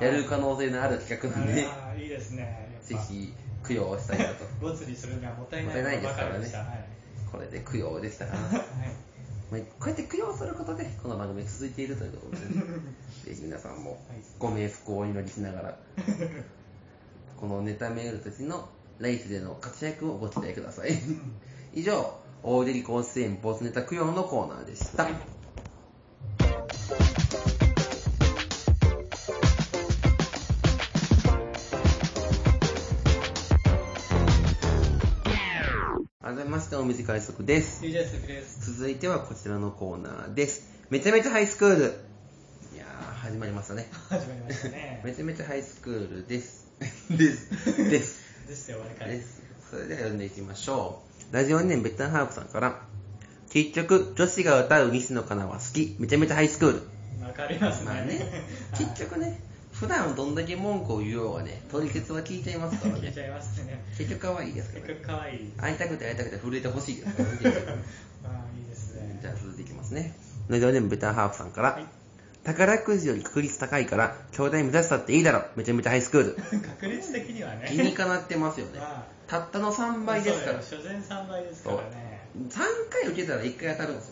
Speaker 1: やる可能性のある企画なんで
Speaker 2: あらいいですね。
Speaker 1: ぜひ供養をしたいなと
Speaker 2: ボツにするにはもったい
Speaker 1: もっ
Speaker 2: な
Speaker 1: た
Speaker 2: い
Speaker 1: いない
Speaker 2: もの
Speaker 1: で
Speaker 2: ば
Speaker 1: す
Speaker 2: か
Speaker 1: か
Speaker 2: り
Speaker 1: ら
Speaker 2: で
Speaker 1: ね
Speaker 2: した。はい。
Speaker 1: これで供養でしたかな
Speaker 2: はい
Speaker 1: まあこうやって供養することでこの番組が続いているということで、ね、 ぜひ皆さんも
Speaker 2: はい
Speaker 1: ご冥福をお祈りしながらこのネタメールたちのライフでの活躍をご期待ください 以上大喜利甲子園ボスネタ供養のコーナーでした、改めましてお短い速です
Speaker 2: ゆうじです、ゆうです。
Speaker 1: 続いてはこちらのコーナーですめちゃめちゃハイスクールいやー始まりましたね
Speaker 2: 始まりましたね。
Speaker 1: めちゃめちゃハイスクールです ですです
Speaker 2: ですよ、終わりか
Speaker 1: で
Speaker 2: い。
Speaker 1: す。それでは読んでいきましょう。ラジオネームベッタンハープさんから、結局、女子が歌う西野カナは好き。めちゃめちゃハイスクール。
Speaker 2: わかりますね。、
Speaker 1: まあね 結局ね、普段どんだけ文句を言おうがね、取り決は聞いちゃいますから
Speaker 2: 聞い
Speaker 1: ね。
Speaker 2: ちゃいますね。
Speaker 1: 結局可愛いですけ
Speaker 2: 結
Speaker 1: どね。
Speaker 2: 局可愛い。
Speaker 1: 会いたくて会いたくて震えてほしいですからね。結局
Speaker 2: ああ、いいですね
Speaker 1: じ。ゃあ続いていきますね。ラジオネームベッタンハープさんから、
Speaker 2: はい
Speaker 1: 宝くじより確率高いから、兄弟目指したっていいだろ。めちゃめちゃハイスクール。
Speaker 2: 確率的にはね。
Speaker 1: 理にかなってますよね。
Speaker 2: まあ
Speaker 1: たったの3倍ですから。
Speaker 2: そうよ所詮3倍ですからね。
Speaker 1: 3回受けたら1回当たるんで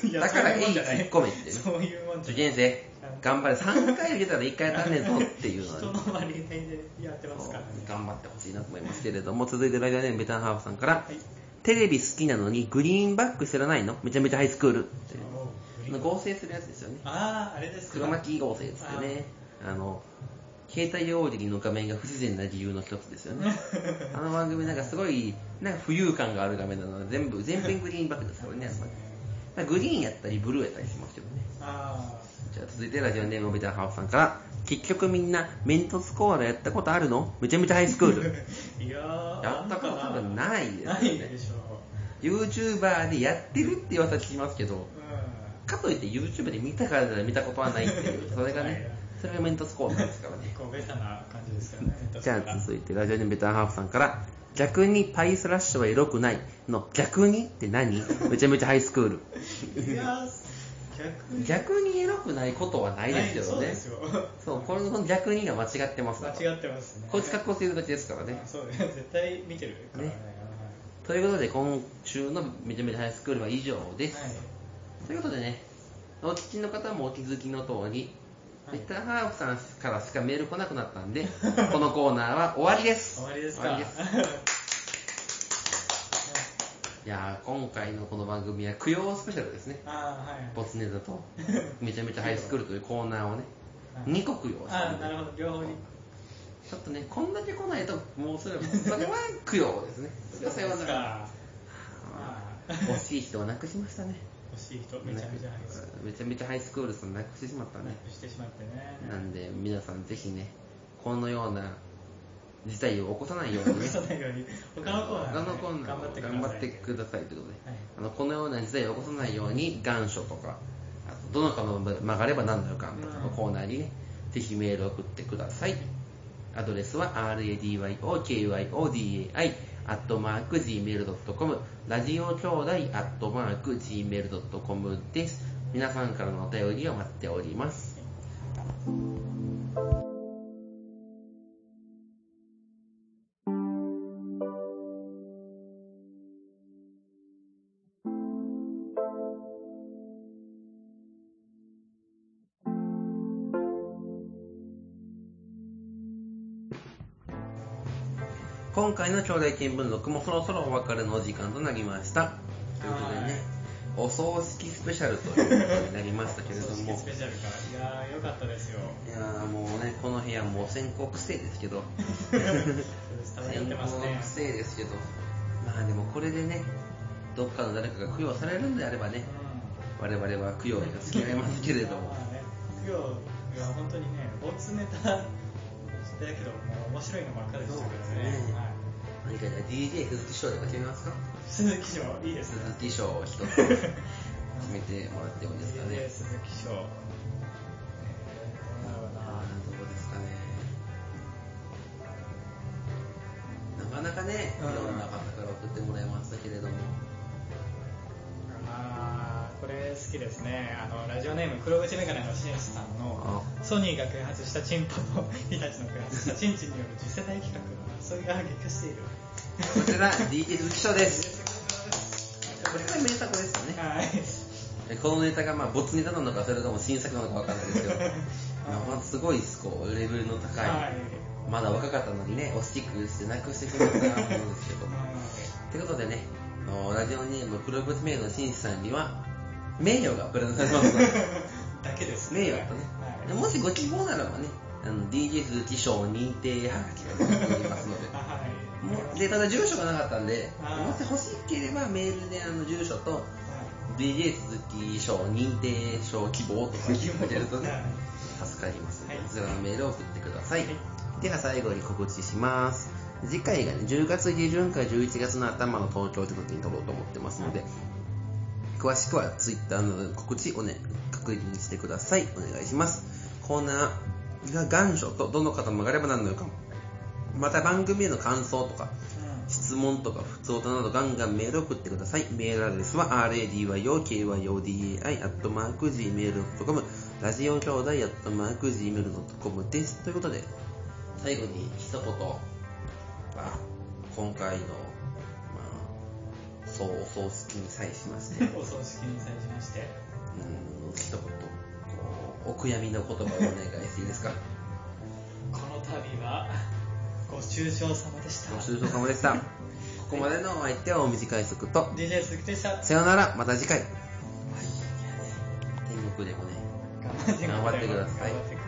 Speaker 1: す
Speaker 2: い
Speaker 1: よ。
Speaker 2: や
Speaker 1: だから
Speaker 2: そういう
Speaker 1: A
Speaker 2: もんじゃない
Speaker 1: 1個目ってね。
Speaker 2: そういうもんじ
Speaker 1: 受
Speaker 2: ゃな
Speaker 1: 験
Speaker 2: い
Speaker 1: 生、頑張れ。3回受けたら1回当たんねんぞっていうのは
Speaker 2: 人
Speaker 1: ね
Speaker 2: の割合でやってますからね。
Speaker 1: 頑張ってほしいなと思いますけれども、続いてラジオネームベタンハーフさんから、
Speaker 2: はい。
Speaker 1: テレビ好きなのにグリーンバック知らないのめちゃめちゃハイスクールっていう。
Speaker 2: あの
Speaker 1: 合成するやつですよね。
Speaker 2: ああ、あれですか。
Speaker 1: 黒巻き合成っつってね。あの、携帯用的の画面が不自然な理由の一つですよね。 あの番組なんかすごい、なんか浮遊感がある画面なので、全部、全編グリーンバックですからね、やっぱり。まあグリーンやったりブルーやったりしますけどね
Speaker 2: あ
Speaker 1: じゃあ続いてラジオネームベテランハーフさんから結局みんなメントスコアラやったことあるのめちゃめちゃハイスクー ル
Speaker 2: あ、いやー、
Speaker 1: やったこと多分ないですよ
Speaker 2: な
Speaker 1: ね
Speaker 2: いでしょ
Speaker 1: YouTuber でやってるって噂聞きますけど
Speaker 2: う。う
Speaker 1: かといって YouTube で見たからなら見たことはないってい うそれがねそれがメントスコアラですからね
Speaker 2: ん。こう、ベタな感じですよね。
Speaker 1: じゃ
Speaker 2: 確か
Speaker 1: あ
Speaker 2: に
Speaker 1: 続いてラジオネームベテランハーフさんから逆にパイスラッシュはエロくないの逆にって何めちゃめちゃハイス クール
Speaker 2: いやー、逆に。
Speaker 1: 逆にエロくないことはないですけど
Speaker 2: そう
Speaker 1: ね
Speaker 2: ですよ。
Speaker 1: そうこれの逆にが間違ってますから
Speaker 2: 間違ってますね。
Speaker 1: こいつ格好してるだけですからね
Speaker 2: あそうです。絶対見てるからね。
Speaker 1: ねということで今週のめちゃめちゃハイスクールは以上です、ということでねお聞きの方もお気づきの通り、
Speaker 2: はい
Speaker 1: ミスターハーフさんからしかメール来なくなったんでこのコーナーは終わりです
Speaker 2: 終わりです
Speaker 1: 終
Speaker 2: か。
Speaker 1: いやー今回のこの番組は供養スペシャルですね
Speaker 2: ああ、はい。
Speaker 1: ボツネタ とめちゃめちゃハイスクールというコーナーをね
Speaker 2: はい
Speaker 1: 2個供養した
Speaker 2: あ
Speaker 1: ん
Speaker 2: あ、
Speaker 1: で
Speaker 2: なるほど。両方に。
Speaker 1: ちょっとねこんだけ来ないともうそれはそれは供養ですねそれはさようなら
Speaker 2: か。ああ
Speaker 1: 惜しい人をなくしましたね
Speaker 2: 欲しい人、めちゃめちゃ入る。
Speaker 1: めちゃめちゃハイスクールさんなくしてしまった
Speaker 2: な
Speaker 1: ね、
Speaker 2: くしてしまってね。
Speaker 1: なんで皆さんぜひねこのような事態を起こさないように ね
Speaker 2: 嘘ないように他のコーナーね、
Speaker 1: 他のコーナー
Speaker 2: 頑張ってください
Speaker 1: 頑張ってくださいということで、
Speaker 2: はい
Speaker 1: あのこのような事態を起こさないように願書とかあとどのかの曲がれば何なのかのコーナーにねぜひメールを送ってください。アドレスは radyokyodai アットマーク gmail.com ラジオ兄弟アットマーク gmail.com です。皆さんからのお便りを待っております。今回の兄弟見聞録もそろそろお別れのお時間となりました。ということで
Speaker 2: は
Speaker 1: ね
Speaker 2: い、
Speaker 1: お葬式スペシャルということになりましたけれど
Speaker 2: 葬
Speaker 1: も
Speaker 2: 式ス。ペシャルかいやーよかったです よ
Speaker 1: いやーもうね、この部屋もう線香くせえですけど、
Speaker 2: 伝わってますね
Speaker 1: くせえですけど、まあでもこれでね、どっかの誰かが供養されるんであればね、我々は供養が付き合いますけれども
Speaker 2: ま、あね副業が本当にね没ネタだけどもう面白いのばっかりでしたけど
Speaker 1: そうです
Speaker 2: ね
Speaker 1: ね
Speaker 2: はい
Speaker 1: 何かじゃあ DJ 鈴木翔でも決めますか
Speaker 2: 鈴木賞いいです
Speaker 1: 鈴
Speaker 2: ね
Speaker 1: 木翔を一 つ決めてもらってもいいですかね。
Speaker 2: 鈴木賞えーどうだろう
Speaker 1: あー
Speaker 2: な
Speaker 1: どうですかね。なかなかね、い
Speaker 2: うん
Speaker 1: ろんな方から送ってもらいましたけれども、
Speaker 2: あーこれ好きですねあのラジオネーム黒口メガネの紳士さんの
Speaker 1: あ
Speaker 2: ソニーが開発したチンポと日立の開発したチンチンによる次世代企画のそれが激化している
Speaker 1: こちら DJ 鈴木翔です。これが名作ですよね。
Speaker 2: はい
Speaker 1: えこのネタがまあ没ネタなのかそれとも新作なのかわかんないです けどまあまあすごいこうレベルの高い、まだ若かったのにねおスティックしてなくしてくれたなと思うんですけ どということでねあのラジオネーム黒渕名の紳士さんには名誉がプレゼントされますの で
Speaker 2: だけです
Speaker 1: 名誉とね、
Speaker 2: はい
Speaker 1: でもしご希望ならばねあの DJ 鈴木賞認定はがきが届いておりますので
Speaker 2: はい
Speaker 1: もうでただ住所がなかったんで
Speaker 2: あー
Speaker 1: もし欲しければメールであの住所と DJ 鈴木賞認定賞希望とか言ってるとね
Speaker 2: はい
Speaker 1: 助かりますので、
Speaker 2: はい
Speaker 1: そちらのメールを送ってください、
Speaker 2: は
Speaker 1: では最後に告知します次回が、ね、10月下旬か11月の頭の東京ということに撮ろうと思ってますので、詳しくは Twitter の告知をね確認してくださいお願いしますコーナーが願書とどの方もがれば何の予感また番組への感想とか質問とか普通音などガンガンメールを送ってください。メールアドレスは radyokyodai.gmail.com ラジオ兄弟 .gmail.com です。ということで、最後に一言、まあ、今回の、まあ、そうお葬式に際しまして、 う
Speaker 2: うんお葬式に際しまして
Speaker 1: ーん、一言、こう、お悔やみの言葉をお願いしていいですか
Speaker 2: この度はご愁傷様でした
Speaker 1: ご愁傷様でした。ここまでのお相手はお短い速と、
Speaker 2: DJ 鈴木でした
Speaker 1: さよなら、また次回。天国でもね、頑張ってください
Speaker 2: 頑張ってく